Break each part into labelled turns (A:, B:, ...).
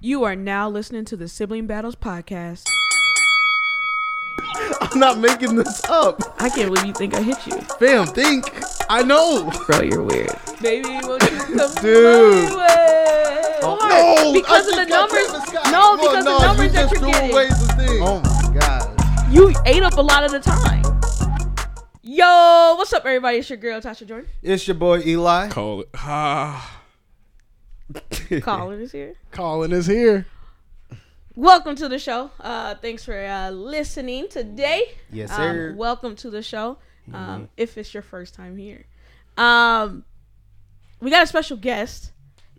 A: You are now listening to the Sibling Battles podcast.
B: I'm not making this up.
A: I can't believe you think I hit you,
B: Fam, think. I know.
A: bro. You're weird, baby. Won't you come
B: Dude.
A: my way?
B: No,
C: Because of the numbers- no, because the numbers that you're getting.
B: Oh my god.
C: You ate up a lot of the time. Yo, what's up, everybody? It's your girl Tasha Jordan.
B: It's your boy Eli.
D: Call it. Ah.
C: Colin is here.
D: Colin is here.
C: Welcome to the show. Uh, thanks for uh, listening today.
B: Yes,
C: Um,
B: sir.
C: welcome to the show. Um, If it's your first time here, um, we got a special guest,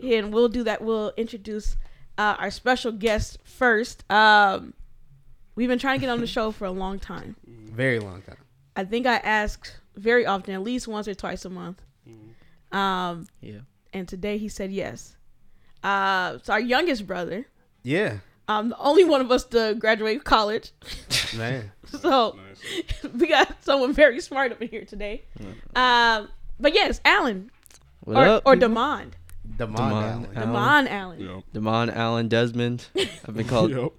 C: and we'll do that. We'll introduce uh, our special guest first. Um, we've been trying to get on the show for a long time.
B: Very long time.
C: I think I asked very often, at least once or twice a month. Um,
E: Yeah.
C: And today he said yes. Uh, so our youngest brother,
B: Yeah,
C: um, the only one of us to graduate college.
B: man.
C: so we got someone very smart up in here today. Um, but yes, Alan
E: What
C: or,
E: up?
C: or Demond,
B: Demond
E: Demond
B: Allen.
E: Allen.
C: Demond Allen.
D: Yep.
E: Damon Allen Desmond. I've been called
D: Yep.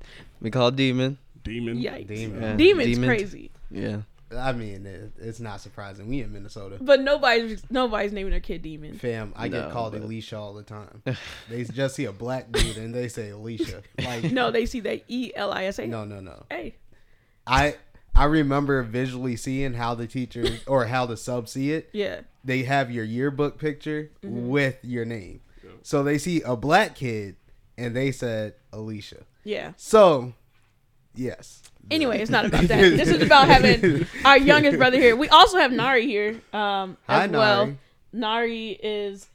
E: been called Demon.
D: Demon.
C: Yikes.
B: Demon.
E: Yeah.
C: Demon's
E: Demon.
C: crazy,
E: Yeah.
B: I mean, it, it's not surprising. We in Minnesota.
C: but nobody's nobody's naming their kid Demon.
B: Fam, I get
E: No,
B: called
E: but-
B: Alicia all the time. they just see a black dude and they say Alicia. Like,
C: No, they see that E L I S A.
B: no, no, no.
C: Hey,
B: I I remember visually seeing how the teacher or how the sub see it.
C: yeah,
B: They have your yearbook picture
C: Mm-hmm.
B: with your name. So they see a black kid and they said Alicia.
C: yeah.
B: So, yes.
C: Anyway, it's not about that. this is about having our youngest brother here. We also have Nari here um,
B: Hi,
C: as well.
B: Nari.
C: Nari. is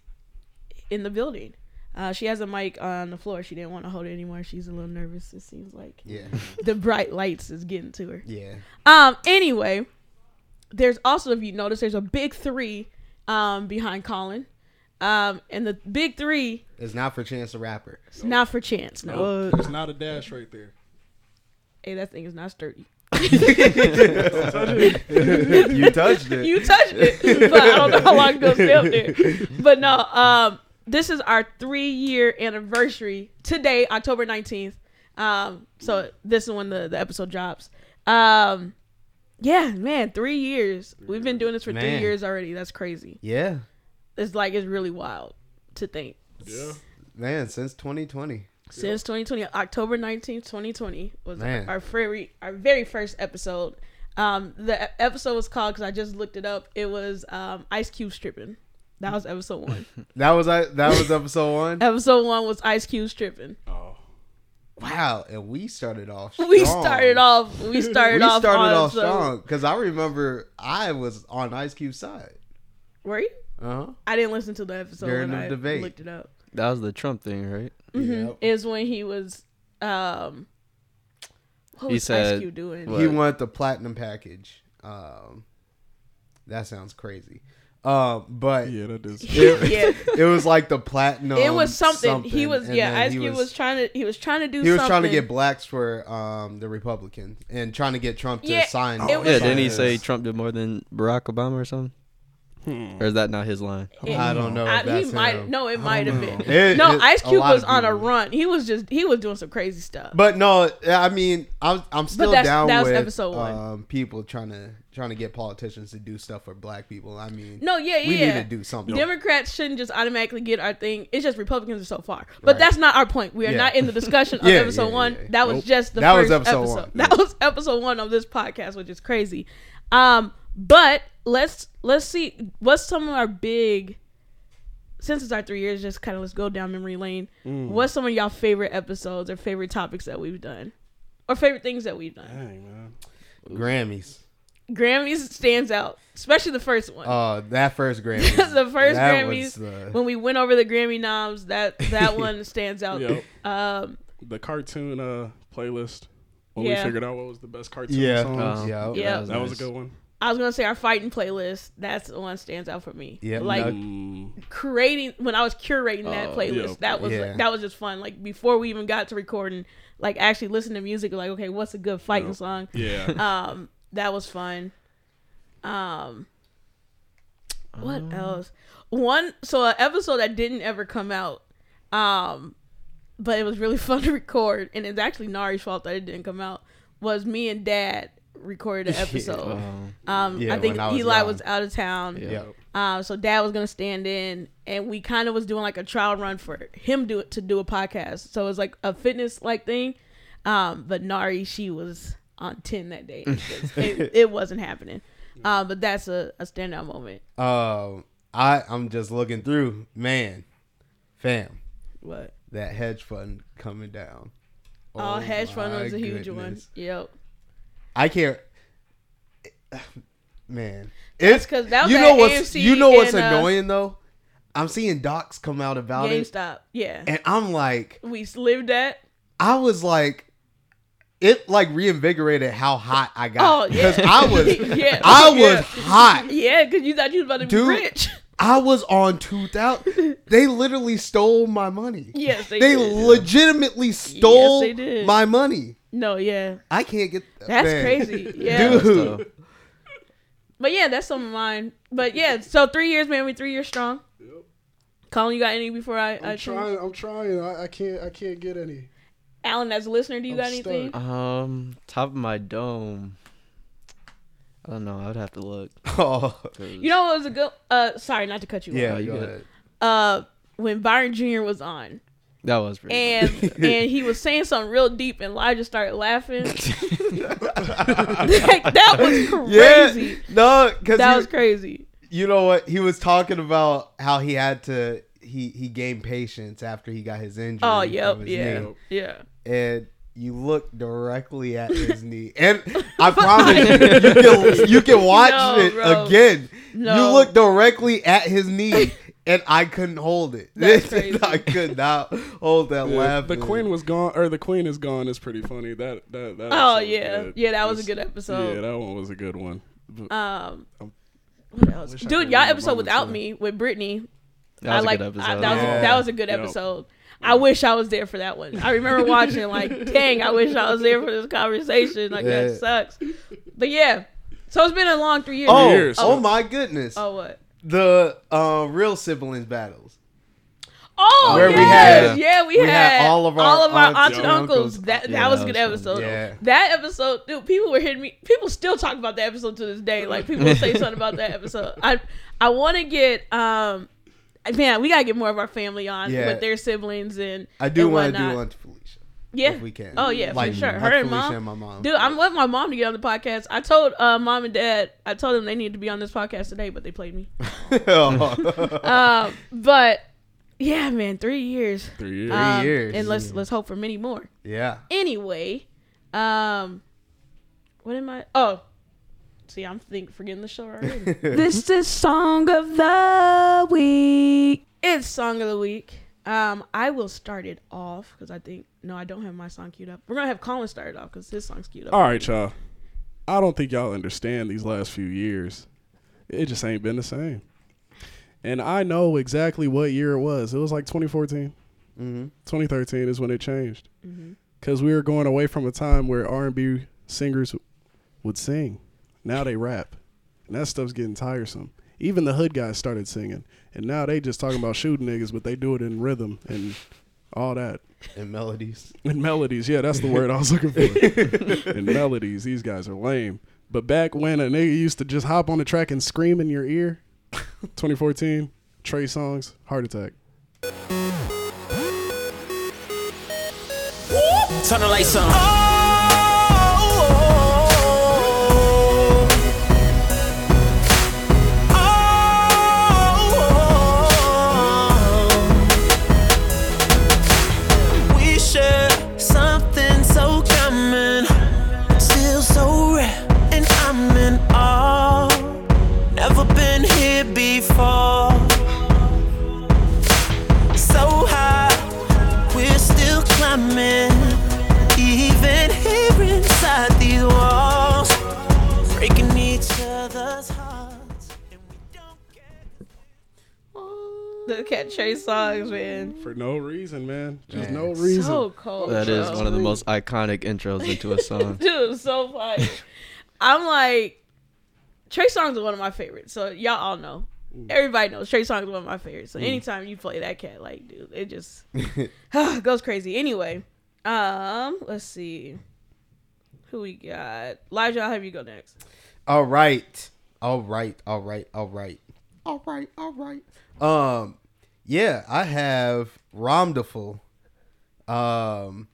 C: in the building. Uh, she has a mic on the floor. She didn't want to hold it anymore. She's a little nervous. It seems like
B: Yeah.
C: the bright lights is getting to her.
B: Yeah.
C: Um. Anyway, there's also if you notice, there's a big three um, behind Colin, um, and the big three
B: It's not for Chance the Rapper.
C: is not for chance. No,
D: Oh, It's not a dash right there.
C: hey, that thing is not sturdy.
B: You touched it.
C: you touched it, but I don't know how long it'll stay up there. But no, um, this is our three year anniversary today, October nineteenth. Um, so this is when the, the episode drops. Um, yeah, man, three years. We've been doing this for three
B: Man.
C: years already. That's crazy.
B: yeah.
C: It's like it's really wild to think.
D: Yeah.
B: Man, since 2020.
C: Since 2020, October 19th, 2020 was our,
B: Man.
C: our very our very first episode. Um, the e- episode was called because I just looked it up. It was um, Ice Cube stripping. That was episode one.
B: That was I that was episode 1.
C: episode one was Ice Cube stripping.
D: Oh.
B: Wow, and we started off strong.
C: We started off. We started
B: we
C: off.
B: started
C: on
B: off
C: some-
B: strong cuz I remember I was on Ice Cube's side.
C: Were you?
B: Uh-huh.
C: I didn't listen to the episode
B: During
C: when
B: the
C: I
B: debate.
C: looked it up.
E: That was the Trump thing, right?
B: Yep.
C: Is when he was. Um, what
E: He
C: was Ice
E: said-
C: Cube doing?
E: what?
B: He wanted the platinum package. Um, that sounds crazy. Um, but
D: Yeah, that is.
C: yeah,
B: it was like the platinum.
C: it was something. He was
B: Um, and
C: yeah.
B: then
C: Ice
B: he
C: Cube was, trying to he was trying to do.
B: he was
C: something.
B: trying to get blacks for um the Republicans and trying to get Trump to
C: Yeah,
B: sign.
C: it
B: it
C: was-
E: Yeah, didn't he say Trump did more than Barack Obama or something?
D: Hmm.
E: Or is that not his line?
C: It-
B: I don't know. If
C: I,
B: Oh, that's
C: he might
B: him.
C: no, it might have been.
B: It-
C: no,
B: it-
C: Ice
B: a
C: Cube
B: lot of
C: was on a
B: people-
C: run. He was just he was doing some crazy stuff.
B: But no, I mean, I'm I'm still
C: that's-
B: down
C: that was
B: with
C: episode one.
B: um people trying to trying to get politicians to do stuff for black people. I mean,
C: no, yeah, yeah.
B: we need to do something.
C: Democrats shouldn't just automatically get our thing. It's just Republicans are so far. But
B: Right.
C: that's not our point. We are
B: Yeah.
C: not in the discussion of
B: Yeah,
C: episode
B: yeah, yeah,
C: one.
B: yeah.
C: That was
B: Nope.
C: just the
B: That was
C: first
B: episode
C: episode.
B: one.
C: That was episode one of this podcast, which is crazy. Um, but let's let's see what's some of our big since it's our three years, just kind of let's go down memory lane.
B: Mm.
C: What's some of y'all favorite episodes or favorite topics that we've done? Or favorite things that we've done.
D: Dang, man.
B: Grammys.
C: Grammys stands out, especially the first one.
B: Oh, that first Grammys.
C: the first
B: that
C: Grammys
B: was uh, the-
C: when we went over the Grammy noms, that that one stands out.
D: Yep.
C: Um,
D: The cartoon uh, playlist. When
C: Yeah.
D: we figured out what was the best cartoon
B: yeah,
D: song.
E: Um,
B: yeah,
C: Yeah.
D: that was
E: nice.
D: a good one.
C: I was gonna say our fighting playlist. That's the one stands out for me.
B: Yep.
C: like
B: Yep.
D: Mm.
C: creating when I was curating that
E: Oh,
C: playlist.
D: yep.
C: That was
B: Yeah.
C: that was just fun. Like before we even got to recording, like actually listening to music. Like okay, what's a good fighting
D: Yep.
C: song?
D: Yeah.
C: Um, that was fun. Um, what else? One so an episode that didn't ever come out. Um, but it was really fun to record, and it's actually Nari's fault that it didn't come out. Was me and Dad recorded an episode.
E: Um,
C: Um,
B: Yeah,
C: I think
B: when I was
C: Eli
B: gone.
C: was out of town.
E: Yeah.
B: Yeah.
C: Um, so dad was gonna stand in, and we kind of was doing like a trial run for him do to do a podcast. So it was like a fitness like thing. Um, but Nari, she was on ten that day. it, it wasn't happening. Um, but that's a, a standout moment.
B: Um, I I'm just looking through, man, fam,
C: What?
B: that hedge fund coming down.
C: Oh, hedge fund
B: my
C: was a huge one.
B: goodness.
C: Yep.
B: I can't. Man, it's
C: 'cause that was
B: you
C: at
B: know what's
C: AMC
B: you know what's
C: and, uh,
B: annoying though. I'm seeing docs come out about it,
C: GameStop. Yeah.
B: and I'm like,
C: we lived that.
B: I was like, it like reinvigorated how hot I
C: Oh
B: got
C: yeah.
B: because I was
C: yeah. Oh,
B: I was
C: Yeah.
B: hot.
C: Yeah, because you thought you was about to
B: Dude.
C: be rich.
B: I was on two thousand. They literally stole my money.
C: yes, they,
B: They
C: did.
B: legitimately stole
C: they did.
B: my money.
C: no, yeah.
B: I can't get
C: That's
B: man.
C: crazy. Yeah.
E: that
B: Dude.
E: stuff.
C: But yeah, that's some of mine. But yeah, so three years, man. We three years strong.
D: Yep.
C: Colin, you got any before I, I
D: I'm
C: choose?
D: trying. I'm trying. I, I can't. I can't get any.
C: Alan, as a listener, do you
D: I'm
C: got anything?
E: Um, top of my dome. I don't know. I would have to look.
B: Oh,
E: 'cause-
C: You know what was a good? Uh, sorry, not to cut you.
B: yeah.
E: you
B: go
E: good.
B: ahead.
C: Off. Uh, when Byron Jr. was on,
E: that was pretty.
C: and and he was saying something real deep, and Elijah started laughing. like, that was
B: Yeah.
C: crazy.
B: No, because
C: That was crazy.
B: you know what he was talking about how he had to he he gained patience after he got his injury.
C: Oh,
B: from
C: yep,
B: his
C: yeah,
B: knee.
C: yeah.
B: and you look directly at his knee, and I promise you, you can you can watch
C: No,
B: it
C: bro.
B: again.
C: No.
B: You look directly at his knee, and I couldn't hold it.
C: That's crazy.
B: I could not hold that
D: Yeah,
B: laugh.
D: the queen was gone, or the queen is gone is pretty funny. That that that.
C: Oh
D: episode was
C: yeah,
D: good.
C: yeah. That was a
D: It's-
C: good
D: Yeah,
C: episode.
D: that one was a good one. But
C: Um,
D: Um,
C: what else?
D: wish I
C: Dude,
D: could
C: y'all
D: remember
C: episode
D: moments,
C: without
D: yeah.
C: me with Brittany
E: that
C: I
E: was a
C: like
E: good episode.
C: I, that, was,
B: Yeah.
C: that was a good
D: Yep.
C: episode. I wish I was there for that one. I remember watching like, dang, I wish I was there for this conversation. Like
B: Yeah.
C: that sucks. But yeah, so it's been a long three years.
B: Oh,
D: Years.
B: oh my goodness!
C: oh what?
B: The uh, real siblings battles.
C: Oh,
B: Where we
C: yes.
B: had-
C: yeah, we,
B: we had all of our
C: aunts
B: aunts
C: and
B: and
C: uncles.
B: uncles.
C: That
E: Yeah,
C: that was a
E: that
C: good
E: was
C: episode.
E: fun.
B: Yeah.
C: That episode, dude, people were hitting me. People still talk about that episode to this day. Like people will say something about that episode. I I want to get um, man, we gotta get more of our family on
B: Yeah.
C: with their siblings and
B: I do
C: and
B: want to do
C: whatnot.
B: one to Felicia.
C: Yeah.
B: if we can.
C: Oh yeah,
B: Like,
C: for sure.
B: like
C: Her and
B: Felicia
C: mom.
B: my mom.
C: Dude, I'm letting my mom to get on the podcast. I told uh, mom and dad, I told them they needed to be on this podcast today, but they played me.
B: Oh.
C: Um, but yeah, man, three years.
D: three years.
C: Um,
B: years.
C: And let's let's hope for many more.
B: yeah.
C: Anyway, um, what am I? Oh, see, I'm think forgetting the show already.
B: Mm-hmm.
C: this is song of the week. It's song of the week. Um, I will start it off because I think no, I don't have my song queued up. We're gonna have Colin start it off because his song's queued up.
D: All right, y'all. I don't think y'all understand these last few years. It just ain't been the same. And I know exactly what year it was. It was like 2014.
B: Mhm.
D: 2013 is when it changed.
C: Mm-hmm.
D: Because we were going away from a time where R&B singers would sing. Now they rap. And that stuff's getting tiresome. Even the hood guys started singing. And now they just talking about shooting niggas, but they do it in rhythm and all that.
B: and melodies.
D: And melodies, yeah, that's the word I was looking for. and melodies, these guys are lame. But back when a nigga used to just hop on the track and scream in your ear, 2014, Trey Songs, Heart Attack.
F: Turn the lights on. Oh, oh, oh. We share something so common, still so rare, and I'm in awe. Never been here before. So high. We're still climbing, even here inside these walls, breaking each other's hearts. And we don't care.
C: Look at Trey songs, man.
D: For no reason, man. Just
B: Man.
D: no reason.
C: So cold.
E: That is
C: bro.
E: one of the most iconic intros into a song.
C: Dude, so like, I'm like, Trey Songz is one of my favorites, so y'all all know. Everybody knows Trey Songz is one of my favorites. So anytime you play that cat, like, dude, it just goes crazy. Anyway, um, let's see. Who we got? Elijah, I'll have you go next.
B: All right. All right. All right. All right. All right. All right. Um yeah, I have Romdeful. Um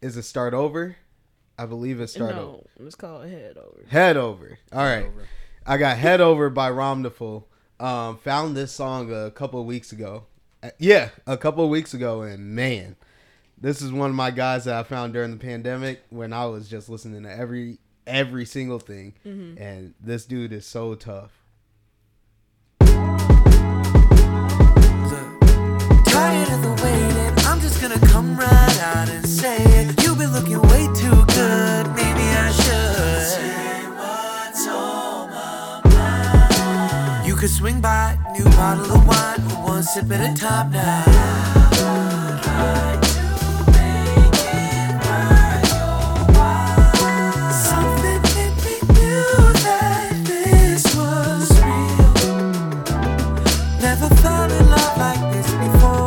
B: is it start over? I believe it's start over.
C: no, let's call it head over.
B: Head over. All right. I got head over by Romdeful. Um, found this song a couple of weeks ago. Uh, Yeah, a couple of weeks ago, and man, this is one of my guys that I found during the pandemic when I was just listening to every every single thing, and this dude is so tough.
F: Tired of the waiting, I'm just gonna come right out and say it. You've been looking way too good, maybe I should. Say what's on my mind. You could swing by, new bottle of wine, one sip at a time now. Try to make it worth your while. Something made me feel that this was real. Never fell in love like this before.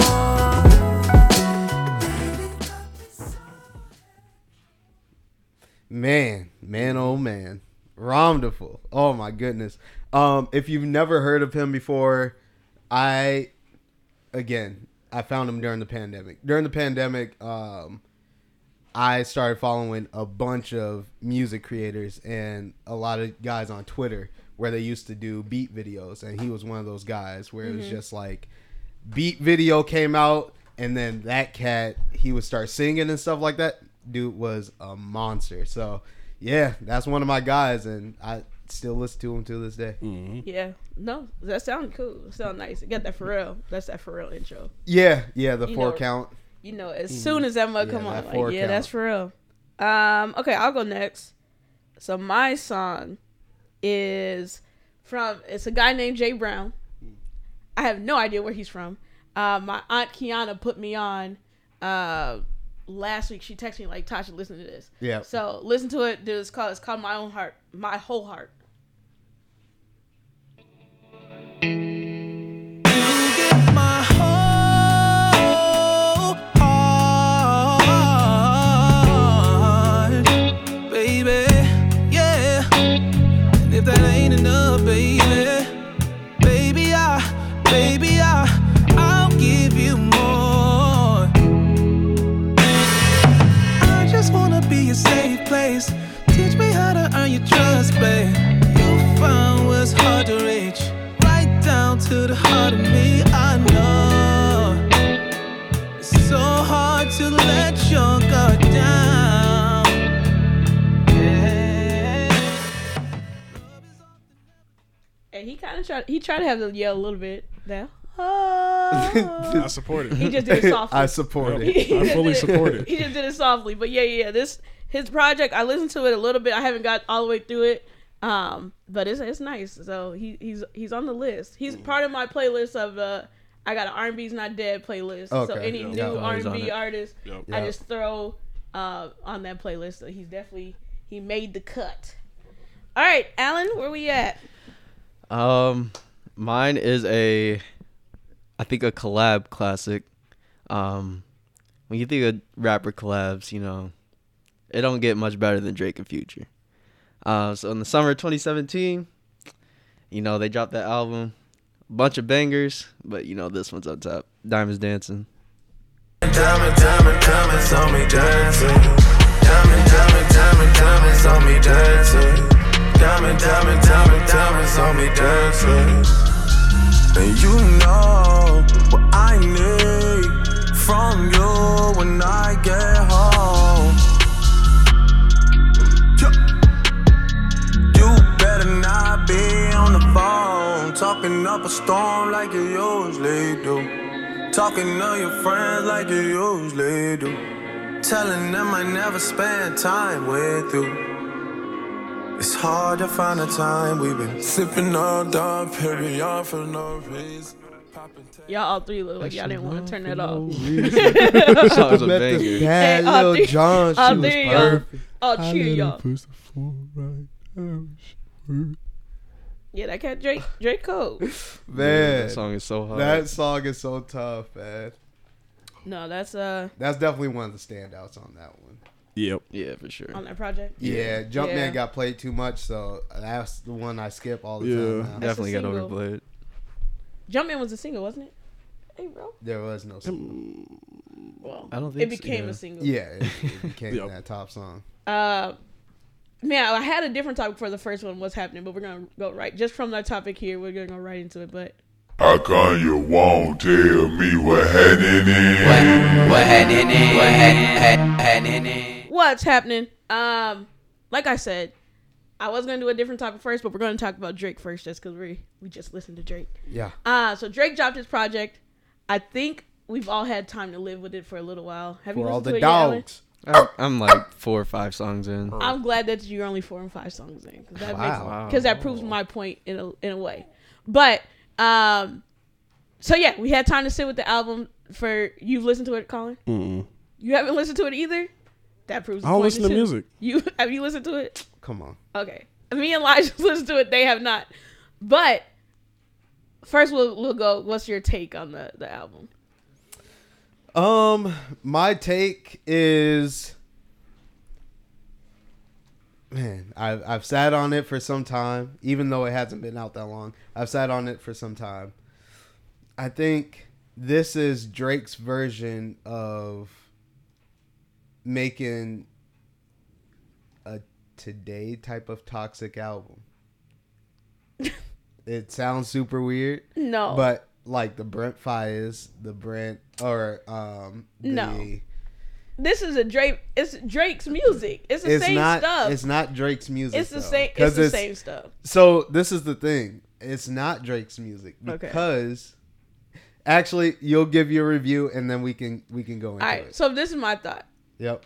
B: Man, man, oh man, Romdeful. Oh my goodness. Um, if you've never heard of him before, I again, I found him during the pandemic. During the pandemic, um, I started following a bunch of music creators and a lot of guys on Twitter where they used to do beat videos, and he was one of those guys where it was just like beat video came out, and then that cat he would start singing and stuff like that. Dude was a monster. So yeah, that's one of my guys, and I still listen to him to this day.
E: Mm.
C: Yeah. No, that sounds cool. Sound nice. Got that for real. That's that for real intro.
B: Yeah, yeah, the
C: You
B: four
C: know-
B: count.
C: You know, as soon as that mug
B: Mm-hmm. Yeah,
C: come
B: that
C: on, like,
B: four
C: yeah,
B: count.
C: that's for real. Um, okay, I'll go next. So my song is from it's a guy named Jay Brown. I have no idea where he's from. Uh, my aunt Kiana put me on uh, last week. She texted me like, "Tasha, listen to this."
B: Yeah.
C: So listen to it. Dude, it's called it's called my own heart, my whole heart.
F: My whole heart, baby, yeah. And if that ain't enough, baby, baby, I, baby, I, I'll give you more. I just wanna be a safe place. Teach me how to earn your trust, babe. You found what's hard to reach, right down to the heart of me. I know it's so hard to let your guard down. Yeah.
C: And he kind of tried. He tried to have to yell a little bit. Now oh.
D: I support
C: he
D: it.
C: just did it softly.
B: I support it.
C: He
D: I
C: just
D: fully
C: did it-
D: support it.
C: He just did it softly, but yeah, yeah. yeah. This his project. I listened to it a little bit. I haven't got all the way through it, um, but it's it's nice. So he he's he's on the list. He's part of my playlist of uh, I got an R&B's not dead playlist. So
B: Okay.
C: any
B: Yeah.
C: new
E: Oh, he's on
C: R&B
E: it.
C: artist,
D: Yep.
C: I
B: Yeah.
C: just throw uh, on that playlist. So he's definitely he made the cut. All right, Alan, where we at?
E: Um, mine is a, I think a collab classic. Um, when you think of rapper collabs, you know, it don't get much better than Drake and Future. Uh, so in the summer of 2017, you know they dropped that album, bunch of bangers, but you know this one's up top. Diamonds Dancing.
G: Diamond, diamond, diamonds on me dancing. Diamond, diamond, diamond, diamonds on me dancing. Diamond, diamond, diamond, diamonds on me dancing. And you know what I need from you when I get home. You better not be on the phone, talking up a storm like you usually do. Talking to your friends like you usually do. Telling them I never spend time with you. It's hard to find the time we've been sipping on Dom Perignon for no reason. Popping
C: Y'all all three look like y'all didn't want to turn that off.
E: Song's a
B: Met this
E: banger.
B: bad
C: Hey,
B: little
C: Audrey-
B: John. She was
C: Audrey, Oh, y'all.
B: perfect.
C: I'll cheer y'all. Yeah, that cat Drake Drake Cole.
E: Dude,
B: Man,
E: that song is so hard.
B: that song is so tough, man.
C: No, that's uh
B: That's definitely one of the standouts on that one.
D: Yep.
E: yeah, for sure.
C: on that project.
B: Yeah, Jumpman
C: Yeah.
B: got played too much, so that's the one I skip all the
D: Yeah.
B: time. Now.
C: That's-
E: Definitely
C: a
E: got
C: single.
E: overplayed.
C: Jumpman was a single, wasn't it? Hey, bro.
B: There was no.
C: Well,
E: I don't
C: it
E: think so,
C: became
E: yeah.
C: a single.
B: Yeah, it, it became
D: Yep.
B: that top song.
C: Uh, man, I had a different topic for the first one. What's happening? But we're gonna go right just from that topic here. We're gonna go right into it. But
H: How come you won't tell me what happening in?
C: what's happening? Um, like I said, I was gonna do a different topic first, but we're gonna talk about Drake first, just because we we just listened to Drake.
B: Yeah,
C: Uh, so Drake dropped his project. I think we've all had time to live with it for a little while. Have
B: for
C: you
B: all
C: listened
B: the
C: to it yet, Alan?
B: dogs.
E: I'm, I'm like four or five songs in.
C: I'm glad that you're only four and five songs in because that
B: Wow.
C: makes because that proves my point in a in a way. But um, so yeah, we had time to sit with the album for you've listened to it, Colin.
D: Mm-mm.
C: You haven't listened to it either. That proves. the
D: I don't
C: point,
D: listen to
C: too.
D: music.
C: You have you listened to it?
B: Come on.
C: Okay, me and Elijah listened to it. They have not. But first, we'll we'll go. What's your take on the the album?
B: Um, my take is, man, I've I've sat on it for some time, even though it hasn't been out that long. I've sat on it for some time. I think this is Drake's version of making a today type of toxic album. it sounds super weird.
C: No,
B: But like the Brent fires, the Brent or um the,
C: No. this is a Drake. It's Drake's music. It's the
B: it's
C: same
B: not
C: stuff.
B: it's not Drake's music.
C: It's the
B: though,
C: same. It's
B: 'cause
C: the same stuff.
B: So this is the thing. It's not Drake's music
C: Okay.
B: because actually you'll give your review and then we can we can go into
C: All right.
B: it.
C: So this is my thought.
B: Yep.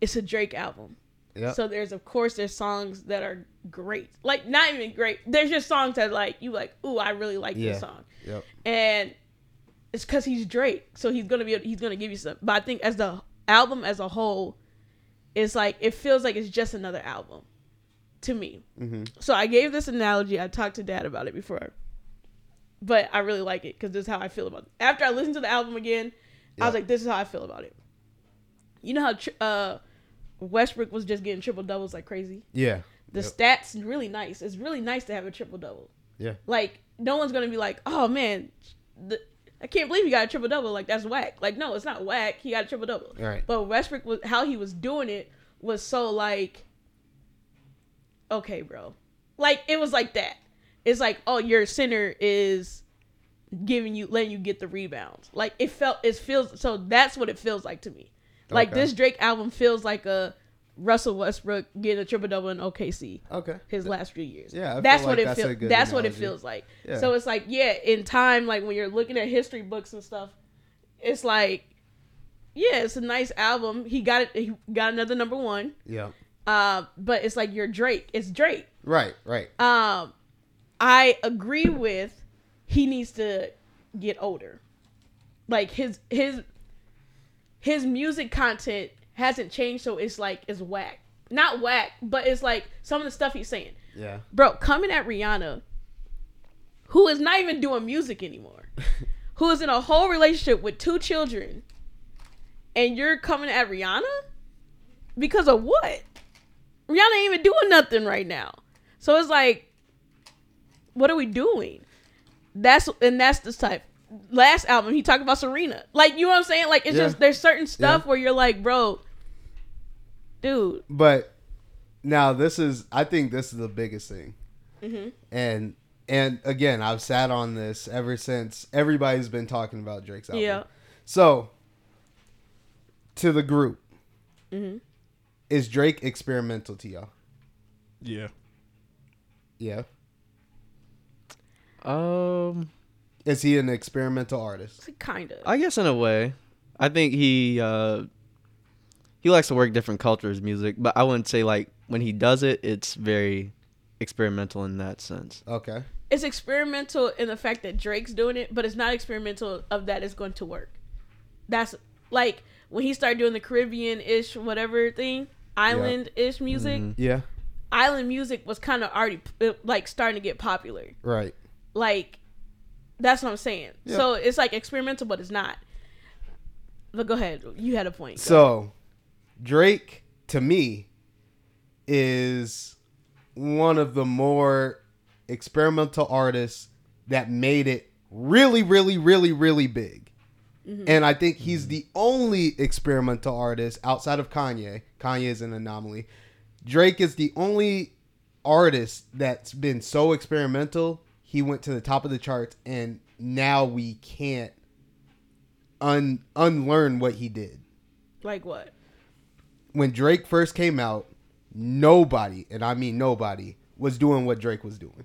C: It's a Drake album.
B: Yep.
C: So there's of course there's songs that are great. Like not even great. There's just songs that like you like, "Ooh, I really like
B: Yeah.
C: this song."
B: yep.
C: And it's cuz he's Drake. So he's going to be he's going to give you some. But I think as the album as a whole it's like it feels like it's just another album to me. So I gave this analogy. I talked to dad about it before. But I really like it cuz this is how I feel about it. After I listened to the album again, I was
B: Yeah.
C: like this is how I feel about it. You know how tr- uh Westbrook was just getting triple doubles like crazy.
B: Yeah.
C: The
B: Yep.
C: stats really nice. It's really nice to have a triple double.
B: Yeah.
C: Like no one's gonna be like, oh man, the, I can't believe he got a triple double. Like that's whack. Like no, it's not whack. He got a triple double.
B: Right.
C: But Westbrook was how he was doing it was so like, okay, bro. Like it was like that. It's like oh your center is giving you letting you get the rebounds. Like it felt it feels so that's what it feels like to me. Like
B: Okay.
C: this Drake album feels like a Russell Westbrook getting a triple double in OKC
B: Okay.
C: his last few years.
B: Yeah, I
C: that's
B: feel
C: what
B: like
C: it
B: that's a
C: feels.
B: good
C: That's what it
B: analogy.
C: feels like.
B: Yeah.
C: So it's like, yeah, in time, like when you're looking at history books and stuff, it's like, yeah, it's a nice album. He got it. He got another number one.
B: Yeah.
C: Uh, but it's like you're Drake. It's Drake.
B: Right, right.
C: Um, I agree with. He needs to get older. Like his his his music content hasn't changed, so it's like it's whack. Not whack, but it's like some of the stuff he's saying
B: yeah.
C: bro coming at rihanna who is not even doing music anymore who is in a whole relationship with two children and you're coming at rihanna because of what rihanna ain't even doing nothing right now so it's like what are we doing that's and that's the type last album he talked about serena like you know what i'm saying like it's
B: Yeah.
C: just there's certain stuff
B: Yeah.
C: where you're like bro dude
B: But now this is I think this is the biggest thing. And and again, I've sat on this ever since everybody's been talking about Drake's album.
C: yeah
B: So to the group. Is Drake experimental to y'all?
D: Yeah.
B: Yeah.
E: Um,
B: Is he an experimental artist?
C: kind of
E: I guess in a way, I think he uh he likes to work different cultures music, but I wouldn't say like when he does it, it's very experimental in that sense.
B: Okay.
C: it's experimental in the fact that Drake's doing it, but it's not experimental of that it's going to work. That's like
B: Mm-hmm.
C: when he started doing the Caribbean ish whatever thing, island ish music.
B: Yeah.
C: island music was kind of already uh, like starting to get popular.
B: Right.
C: Like that's what I'm saying. So it's like experimental, but it's not. But go ahead, you had a point.
B: So, Drake to me is one of the more experimental artists that made it really, really, really, really big. And I think he's the only experimental artist outside of Kanye. Kanye is an anomaly. Drake is the only artist that's been so experimental. He went to the top of the charts, and now we can't un unlearn what he did
C: like what?
B: when Drake first came out, nobody, and I mean nobody, was doing what Drake was doing.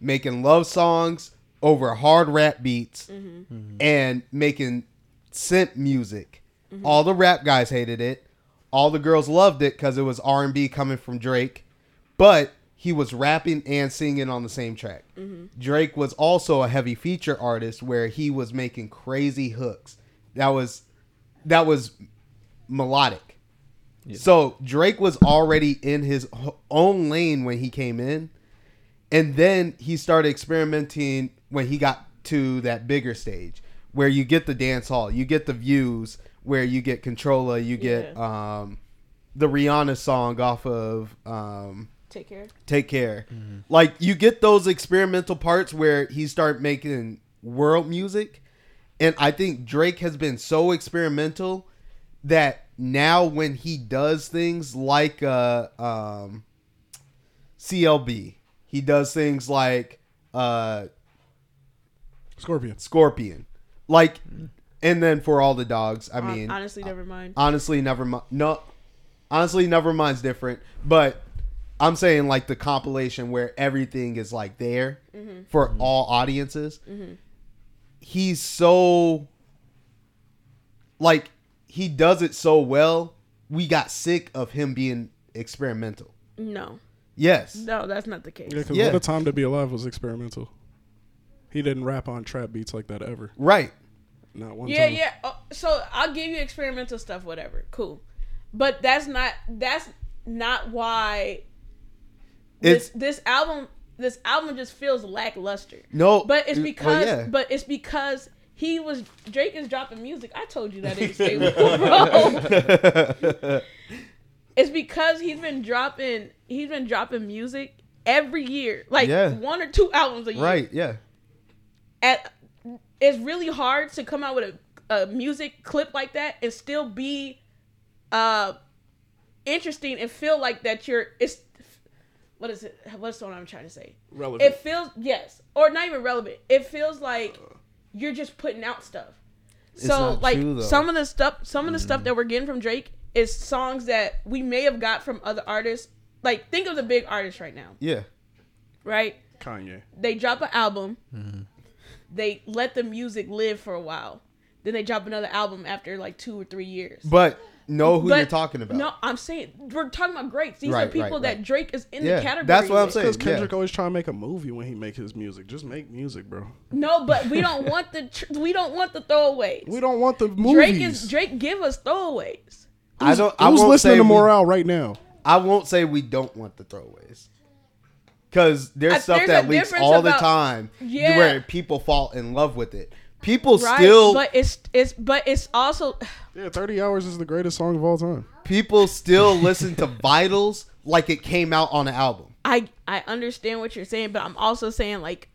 B: Making love songs over hard rap beats and making synth music. All the rap guys hated it. All the girls loved it cuz it was R&B coming from Drake, but he was rapping and singing on the same track. Drake was also a heavy feature artist where he was making crazy hooks. That was that was melodic. So Drake was already in his h- own lane when he came in, and then he started experimenting when he got to that bigger stage where you get the dance hall, you get the views, where you get Controller, you get um, the Rihanna song off of um,
C: Take care.
B: Take Care. Like you get those experimental parts where he start making world music, and I think Drake has been so experimental that now when he does things like uh um CLB, he does things like uh
D: Scorpion.
B: Scorpion. Like and then for all the dogs, I
C: Hon-
B: mean
C: honestly, never mind.
B: honestly never mind no honestly never mind's different but i'm saying like the compilation where everything is like there
C: Mm-hmm.
B: for all audiences he's so like he does it so well we got sick of him being experimental
C: no,
B: yes
C: no, that's not the case.
D: Yeah, because
B: Yeah.
D: what a time to be alive was experimental. He didn't rap on trap beats like that ever.
B: right
D: Not one
C: Yeah,
D: time.
C: yeah. Oh, so I'll give you experimental stuff, whatever. Cool, but that's not that's not why
B: it's
C: this this album this album just feels lackluster.
B: no
C: But it's
B: well,
C: because
B: yeah.
C: but it's because he was Drake is dropping music. I told you that it's stable, bro. it's because he's been dropping he's been dropping music every year, like
B: Yeah.
C: one or two albums a year.
B: right yeah
C: At, it's really hard to come out with a, a music clip like that and still be uh interesting and feel like that you're it's what is it what's the one I'm trying to say
D: Relevant.
C: it feels yes or not even relevant it feels like you're just putting out stuff so
B: not
C: like
B: true, though. Mm-hmm.
C: some of the stuff some of the stuff that we're getting from drake is songs that we may have got from other artists like think of the big artists right now
B: yeah
C: right
D: Kanye.
C: they drop an album
B: Mm-hmm.
C: they let the music live for a while then they drop another album after like two or three years
B: but know who
C: But-
B: you're talking about
C: no i'm saying we're talking about greats these
B: Right,
C: are people
B: right,
C: that
B: right.
C: drake is in
B: Yeah,
C: the category
B: that's what I'm
C: with.
B: saying.
D: Because
B: Yeah.
D: Kendrick always trying to make a movie when he make his music. Just make music, bro.
C: no but we don't want the tr- we don't want the throwaways
D: We don't want the movies.
C: Drake is Drake. Give us throwaways.
B: i don't i
D: Who's
B: won't
D: listening
B: say
D: to
B: we-
D: Morale right now?
B: I won't say we don't want the throwaways. Cause there's
C: I-
B: stuff
C: there's
B: that
C: a
B: leaks
C: difference
B: all the
C: about-
B: time
C: Yeah.
B: where people fall in love with it. People
C: Right,
B: still
C: but it's it's but it's also
D: Yeah, 30 Hours is the greatest song of all time.
B: people still listen to Vitals like it came out on an album.
C: I I understand what you're saying, but I'm also saying like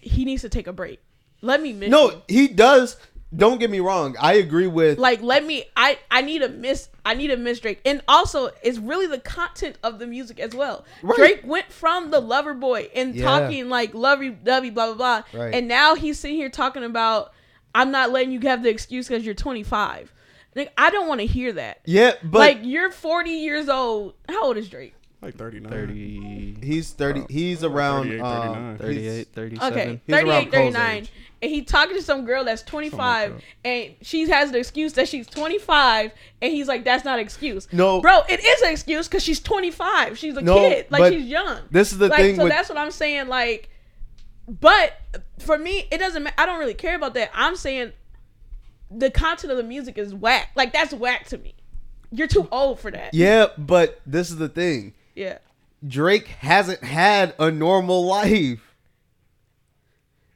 C: he needs to take a break. Let me miss.
B: No,
C: you.
B: he does. Don't get me wrong. I agree with
C: like let me. I I need to miss. I need to miss Drake, and also it's really the content of the music as well.
B: Right.
C: Drake went from the lover boy and
B: Yeah.
C: talking like lovey dovey blah blah blah,
B: Right.
C: and now he's sitting here talking about I'm not letting you have the excuse because you're 25. Like I don't want to hear that.
B: Yeah, but
C: like you're 40 years old. How old is Drake?
D: Like 39.
E: 30,
B: he's thirty he's around
D: 38,
B: um,
D: 39.
E: 38, 37.
C: Okay,
B: He's around
C: 38,
B: Cole's
C: 39.
B: age.
C: And he talking to some girl that's 25
D: that.
C: and she has the excuse that she's 25 and he's like that's not an excuse.
B: No.
C: Bro, it is an excuse cuz she's 25. She's a
B: No,
C: kid.
B: but
C: Like she's young.
B: this is the
C: like,
B: thing
C: So
B: with-
C: that's what I'm saying like but for me it doesn't ma- I don't really care about that. I'm saying the content of the music is whack. Like that's whack to me. You're too old for that.
B: Yeah, but this is the thing.
C: Yeah.
B: Drake hasn't had a normal life.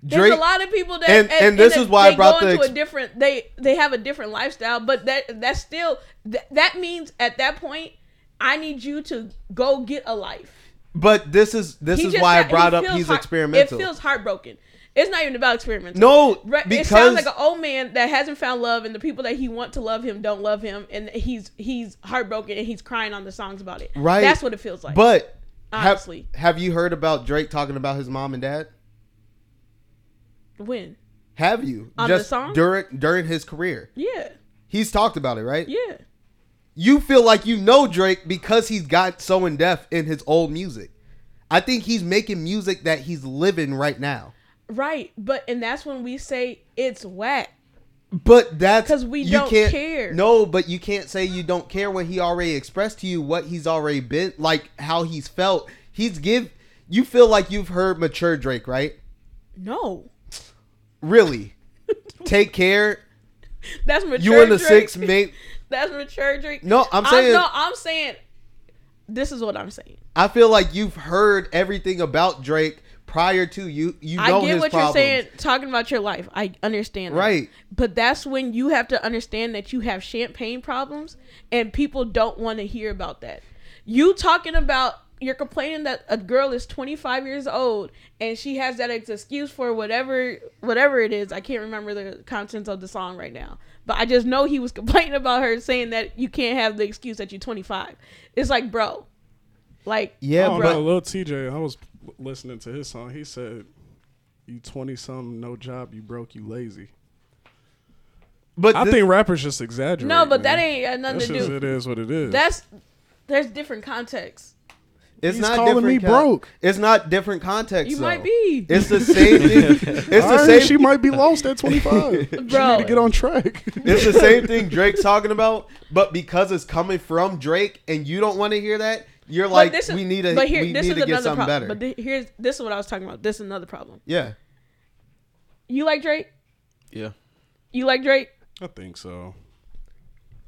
C: There's
B: Drake,
C: a lot of people that
B: and- and this
C: it-
B: is why I
C: they
B: brought
C: go
B: the
C: into
B: ex-
C: a different they they have a different lifestyle, but that that's still that, that means at that point I need you to go get a life.
B: but this is this
C: He
B: is
C: just
B: why I
C: got- he
B: brought up
C: feels
B: he's
C: heart-
B: experimental.
C: It feels heartbroken. It's not even about experimental.
B: no,
C: Right, it
B: because
C: sounds like an old man that hasn't found love, and the people that he want to love him don't love him, and he's he's heartbroken and he's crying on the songs about it.
B: Right.
C: that's what it feels like.
B: but have-
C: honestly,
B: have you heard about Drake talking about his mom and dad?
C: when
B: Have you
C: On the
B: just
C: song?
B: during during his career?
C: yeah,
B: He's talked about it, right?
C: yeah,
B: you feel like you know Drake because he's got so in depth in his old music. I think he's making music that he's living right now.
C: right. But and that's when we say it's whack.
B: But that's
C: 'Cause we
B: you
C: don't
B: can't,
C: care.
B: No, but you can't say you don't care when he already expressed to you what he's already been like, how he's felt. He's give you feel like you've heard mature Drake, right?
C: No,
B: Really, take care.
C: that's mature.
B: You in the
C: Drake.
B: six mate.
C: That's mature Drake.
B: No, I'm saying-
C: no, I'm saying. This is what I'm saying.
B: I feel like you've heard everything about Drake prior to you. You know
C: I get
B: his
C: what
B: problems.
C: you're saying, talking about your life. I understand. that.
B: Right.
C: But that's when you have to understand that you have champagne problems and people don't want to hear about that. You talking about you're complaining that a girl is 25 years old and she has that ex- excuse for whatever whatever it is. I can't remember the contents of the song right now. But I just know he was complaining about her saying that you can't have the excuse that you're 25. It's like, bro. Like,
B: Yeah,
D: I don't
B: but
D: know, Lil TJ, I was listening to his song. He said, "You twenty something, no job, you broke, you lazy."
B: but
D: I
B: thi-
D: think rappers just exaggerate.
C: no, but that
D: man.
C: ain't got nothing
D: That's
C: to
D: just
C: do.
D: it is what it is.
C: That's there's different contexts.
B: It's
D: He's
B: not
D: calling
B: different
D: me
B: con-
D: broke.
B: It's not different context.
C: You
B: though.
C: might be,
B: It's the same thing. It's
D: I
B: the
D: heard
B: same.
D: She might be lost at twenty five.
C: bro.
D: Get on track.
B: It's the same thing Drake's talking about, but because it's coming from Drake and you don't want to hear that, you're
C: But
B: like,
C: this is-
B: we need a,
C: but here-
B: we
C: this
B: need
C: is
B: to get
C: another
B: something
C: prob-
B: better.
C: But thi- here's this is what I was talking about. This is another problem.
B: yeah,
C: You like Drake?
E: Yeah.
C: You like Drake?
D: I think so.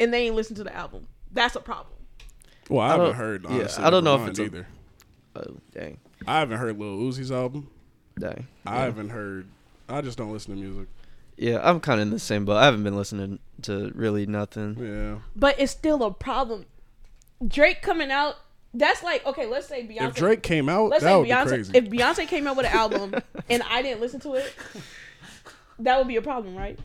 C: And they ain't listen to the album. That's a problem.
D: Well, I, haven't
E: don't-
D: heard.
E: yeah,
D: Honestly,
E: I don't know if
D: Ron
E: it's a-
D: either.
E: Oh, dang.
D: I I haven't heard Lil Uzi's album.
E: Dang.
D: I haven't heard. I just don't listen to music.
E: Yeah, I'm kind of in the same boat. I haven't been listening to really nothing.
D: Yeah.
C: But it's still a problem. Drake coming out. That's like okay. Let's say Beyonce.
D: If Drake came out,
C: let's say
D: that would
C: Beyonce.
D: be crazy.
C: If Beyonce came out with an album and I didn't listen to it, that would be a problem, right?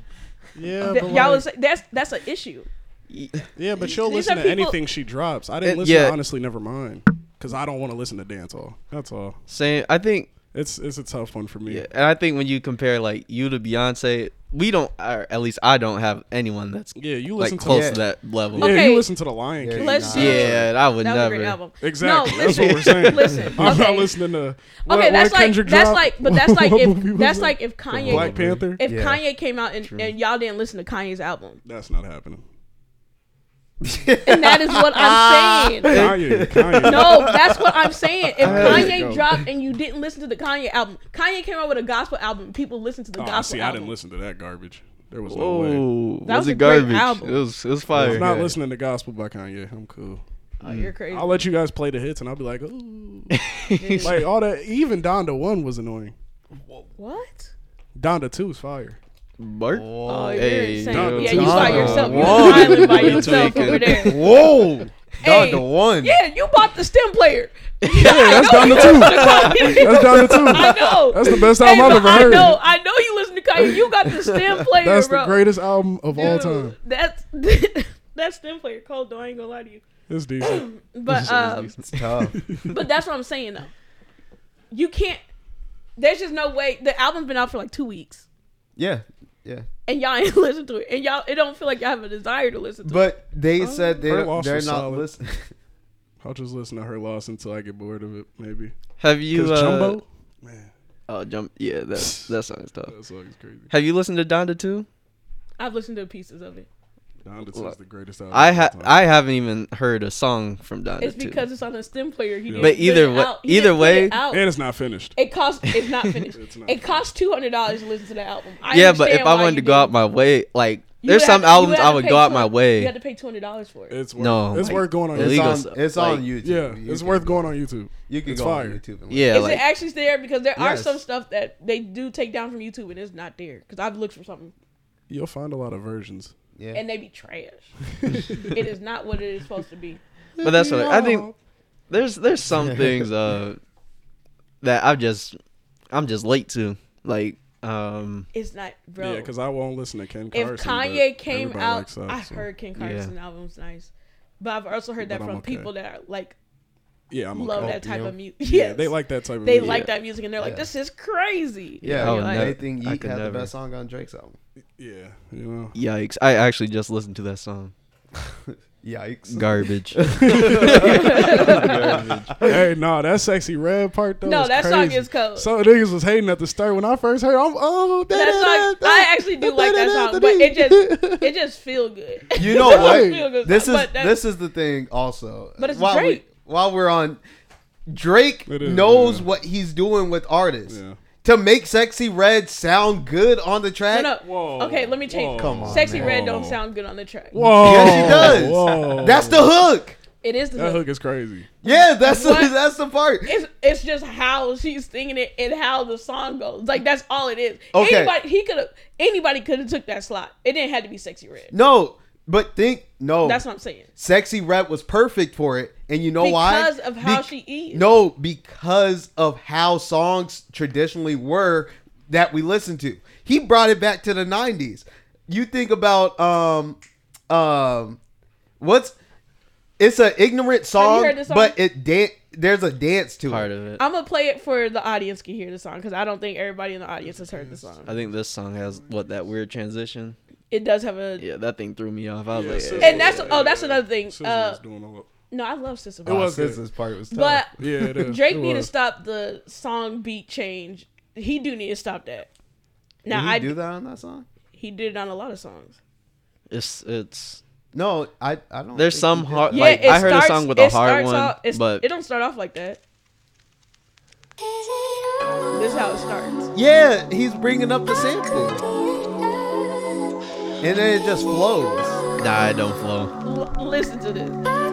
D: yeah,
C: Th-
D: but
C: y'all
D: like-
C: was that's that's an issue.
D: yeah, but you'll
C: These
D: listen
C: are
D: to
C: people-
D: anything she drops. I didn't
E: Uh,
D: listen
E: yeah.
D: to honestly. Never mind, because I don't want to listen to dance hall. That's all.
E: Same. I think.
D: It's it's a tough one for me.
E: Yeah, and I think when you compare like you to Beyonce, we don't, or at least I don't have anyone that's
D: Yeah, you
E: like
D: listen
E: close
D: to
E: to that level.
D: Yeah,
C: Okay.
D: you listen to the Lion King.
C: Let's
B: nah.
C: see.
E: Yeah, I would
C: That was a
E: never.
C: great album.
D: Exactly.
C: No,
D: that's
C: listen.
D: what we're saying.
C: listen.
D: I'm
C: okay.
D: not listening to. what-
C: Okay,
D: what
C: that's like
D: Kendrick
C: that's
D: dropped?
C: like, but that's like
D: What movie
C: if
D: was
C: that's
D: that?
C: like if Kanye
D: Black Panther.
C: if
B: Yeah.
C: Kanye came out and, and y'all didn't listen to Kanye's album,
D: that's not happening.
C: and that is what I'm saying.
D: Kanye, Kanye.
C: No, that's what I'm saying. If
D: you go.
C: Kanye dropped and you didn't listen to the Kanye album, Kanye came out with a gospel album. People listened to the
D: Oh,
C: gospel.
D: see, I
C: album.
D: didn't listen to that garbage. There was no way.
E: Oh,
C: That was
E: was
C: a
E: it
C: great
E: garbage?
C: album.
E: It was it was
D: I'm
E: fire.
D: not listening to gospel by Kanye. I'm cool.
C: Oh, you're crazy.
D: I'll let you guys play the hits, and I'll be like, ooh, like all that. Even Donda One was annoying.
C: what?
D: Donda Two is fire.
E: Mark?
C: Oh, you're
E: hey,
C: insane.
E: yo,
C: yeah, you by
B: Donda
C: yourself. You're
B: one.
C: island by
E: You
C: yourself
E: tweaking.
C: over there.
B: whoa,
C: Hey.
B: Dog the one.
C: Yeah, you bought the stem player. Yeah,
D: that's Donda
C: Two.
D: That's Donda
C: I
D: Two.
C: know.
D: That's the best
C: Hey,
D: album I've
C: but
D: ever
C: I
D: heard.
C: know, I know you listen to Kanye. You got the stem player,
D: That's
C: bro.
D: the greatest album of all
C: Dude,
D: time.
C: That's that stem player cold though. I ain't gonna lie to you.
D: It's decent.
C: But uh,
B: It's tough.
C: but that's what I'm saying though. You can't. There's just no way. The album's been out for like two weeks,
B: Yeah, yeah.
C: and y'all ain't listened to it, and y'all it don't feel like y'all have a desire to listen to it.
B: But they said they
D: Her
B: don't,
D: loss
B: they're
D: was
B: not
D: Oh, solid.
B: listening.
D: I'll just listen to her loss until I get bored of it, maybe.
E: Have you?
D: Because
E: Uh,
D: Jumbo, man,
E: Oh, jump. Yeah, that that song is tough.
D: that song is crazy.
E: Have you listened to Donda too?
C: I've listened to pieces of it.
D: Donda Two is the greatest album.
E: I
D: of all
E: ha-
D: time.
E: I haven't even heard a song from Donda
C: It's
E: too.
C: because it's on a stem player. He didn't
E: But
C: put
E: either
C: it
E: wa-
C: out. He
E: either
C: didn't put
E: way-
C: it, out.
D: and it's not finished.
C: It costs. It's not finished.
D: It's not
C: it costs two hundred dollars to listen to the album. I
E: yeah, but if
C: understand
E: I
C: why you
E: wanted to go
C: did it.
E: out my way, like
C: You
E: There's
C: would
E: some
C: have- you
E: albums
C: have
E: I
C: to
E: would
C: pay
E: go out
C: twen-
E: my way.
C: You had to pay twenty dollars for it.
D: It's worth,
E: No,
D: it's
E: like,
D: worth going on.
E: illegal
D: YouTube.
E: legal
B: It's on,
E: stuff,
B: it's on
E: like-
B: YouTube.
D: Yeah,
B: You
D: it's
B: can-
D: worth going on YouTube.
B: You can
D: it's
B: go
D: fire.
B: on YouTube. And
E: Yeah,
C: is
E: like
C: it actually there? Because there are
B: Yes.
C: some stuff that they do take down from YouTube and it's not there. Because I've looked for something
D: You'll find a lot of versions.
B: Yeah.
C: and they be trash. it is not what it is supposed to be.
E: but that's what I think. There's there's some things uh that I'm just I'm just late to like um
C: It's not, bro.
D: Yeah, because I won't listen to Ken Carson.
C: if
D: but
C: Kanye came
D: everybody
C: out,
D: likes that,
C: I
D: so-
C: heard Ken
E: Yeah.
C: Carson album's nice, but I've also heard that
D: But I'm
C: from
D: okay.
C: people that are like
D: Yeah, I'm okay.
C: love
D: Oh,
C: that type
B: yeah.
C: of music.
D: Yeah,
C: Yes.
D: they like that type of.
C: they
D: music.
C: like that music and they're like, this is crazy.
B: Yeah,
E: Oh,
C: You're like,
E: no.
B: they think
E: I
B: Yeek
E: could
B: had the
E: never.
B: best song on Drake's album.
D: Yeah, you know.
E: yikes! I actually just listened to that song.
B: Yikes!
E: Garbage.
D: hey, no, that sexy red part though.
C: No, that song
D: crazy.
C: is cold.
D: So niggas was hating at the start when I first heard. I'm oh da,
C: that song,
D: da, da,
C: I actually do like that song, but it just it just feel good.
B: You know
C: It
B: what?
C: just feel good.
B: This is
C: But that's-
B: this is the thing. Also,
C: But it's
B: while
C: Drake.
B: We, while we're on, Drake
D: It is,
B: knows
D: yeah.
B: what he's doing with artists
D: Yeah.
B: to make "Sexy Red" sound good on the track.
C: No, no. Okay, let me change.
D: whoa.
B: Come on,
C: Sexy
B: man.
C: red don't sound good on the track.
D: Whoa,
B: Yes, he does.
D: Oh, Whoa.
B: That's the hook.
C: It is the
D: that
C: hook.
D: hook is crazy.
B: Yeah, that's the,
C: What?
B: that's the part.
C: It's it's just how she's singing it and how the song goes. Like that's all it is.
B: Okay.
C: Anybody he could have anybody could have took that slot. It didn't have to be sexy red.
B: No, but think no.
C: That's what I'm saying.
B: "Sexy Red" was perfect for it, and you know why?
C: Because of how
B: Bec-
C: she is.
B: No, because of how songs traditionally were that we listened to. He brought it back to the '90s. You think about um, um, what's it's an ignorant song,
C: heard this song?
B: but it dan- there's a dance to
E: Part
B: it.
E: of it.
C: I'm gonna play it for the audience can hear the song because I don't think everybody in the audience has heard the song.
E: I think this song has what that weird transition.
C: It does have a
E: Yeah, that thing threw me off. I was
D: Yeah,
E: like,
D: so-
E: eh.
C: and that's oh that's another thing.
D: SZA
C: Uh,
D: was doing all-
C: no, I love Sister.
D: It was
B: This
D: good.
B: is part was tough.
C: but
D: Yeah, it is.
C: Drake
D: It
C: need to
D: was.
C: stop the song beat change. He do need to stop that.
B: Did
C: Now
B: he
C: I
B: do that on that song?
C: he did it on a lot of songs.
E: it's it's
B: No, I I don't.
E: There's
B: think
E: some
B: he did.
E: hard- Like, I heard a song with a
C: it
E: hard
C: starts
E: one,
C: off- it's-
E: but-
C: it don't start off like that. This is how it starts.
B: Yeah, he's bringing up the sample, and then it just flows.
E: nah, it don't flow.
C: L- listen to this.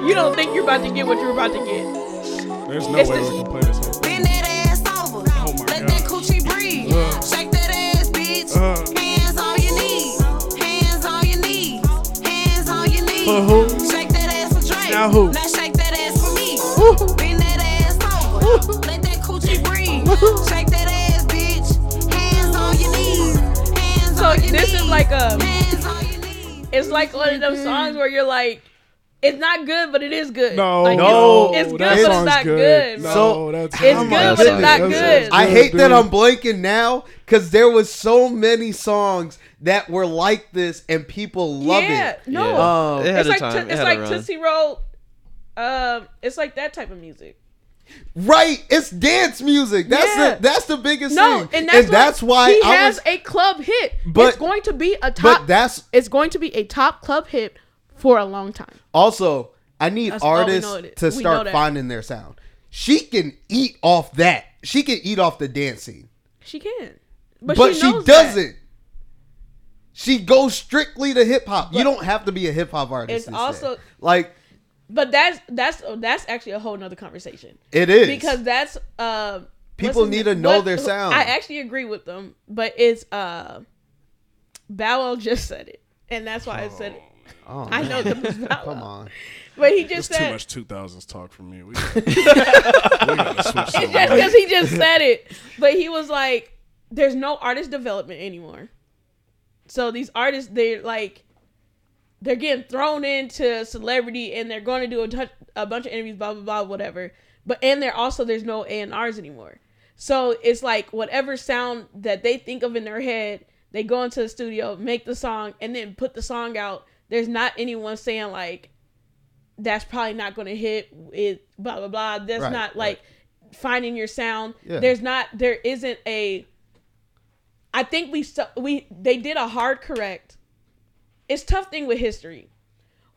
C: You don't think you're about to get what you're about to get.
D: There's no
C: It's
D: way
C: this-
D: we can play this song.
I: Bend that ass over.
D: Oh my
I: Let
D: God.
I: that coochie breathe.
D: Uh.
I: Shake that ass, bitch.
D: Uh.
I: Hands on your knees. Hands on your knees. Hands on your knees.
D: For who?
I: Shake that ass for Drake.
D: Now who?
I: Now shake that ass for me.
D: Uh,
I: Bend that ass over. Let that coochie breathe. Shake that ass, bitch. Hands on your knees. Hands
C: So
I: on your
C: this
I: knees.
C: is like a,
I: Hands on your knees.
C: it's like one of those songs where you're like, it's not good, but it is good.
D: No,
C: Like, it's-
B: No,
C: it's good,
D: that
C: but it's
D: song's
C: not good.
D: good.
C: bro.
B: So-
D: No, that's
C: It's
B: Oh
C: good,
B: my
C: but it's
B: goodness.
C: not
E: That's
C: good.
B: I
D: Yeah,
B: hate that
D: dude.
B: I'm blanking now because there was so many songs that were like this and people love
C: yeah,
B: it.
C: no,
E: Yeah.
B: Um,
E: it had
C: it's
E: a
C: like
E: time.
C: t-
E: it
C: it's
E: had a
C: like
E: run.
C: Tootsie Roll. Um, it's like that type of music.
B: Right, it's dance music. That's
C: Yeah.
B: the that's the biggest
C: No,
B: thing.
C: and that's,
B: why
C: he
B: I
C: has
B: was,
C: a club hit.
B: But-
C: it's going to be a top.
B: but that's
C: it's going to be a top club hit for a long time.
B: also I need
C: That's all we
B: artists
C: know it is.
B: to
C: We know
B: start
C: that.
B: finding their sound. She can eat off that. She can eat off the dancing.
C: She can,
B: But,
C: but,
B: she,
C: knows that.
B: doesn't. She goes strictly to hip hop. You don't have to be a hip hop artist.
C: It's
B: to say.
C: also-
B: like
C: But that's that's that's actually a whole nother conversation
B: it is
C: because that's uh,
B: People
C: what's his
B: need
C: name-
B: to know
C: what-
B: their sound.
C: I actually agree with them, but it's uh, Bow Wow just said it, and that's why I said it.
B: Oh,
C: I
B: man.
C: know that was Bow
B: Come
C: Wow,
B: on.
C: but he just
D: It's too
C: said
D: much 2000s talk for me. We gotta, we gotta switch
C: It's just
D: something.
C: because he just said it. But he was like, there's no artist development anymore. So these artists, they're like, they're getting thrown into celebrity and they're going to do a, ton- a bunch of interviews, blah, blah, blah, whatever. But, and they're also, there's no A&Rs anymore. So it's like whatever sound that they think of in their head, they go into the studio, make the song, and then put the song out. There's not anyone saying like, that's probably not going to hit it, blah, blah, blah. That's
B: Right,
C: not like, finding your sound.
B: Yeah.
C: There's not there isn't a I think we so- we they did a hard correct. It's tough thing with history.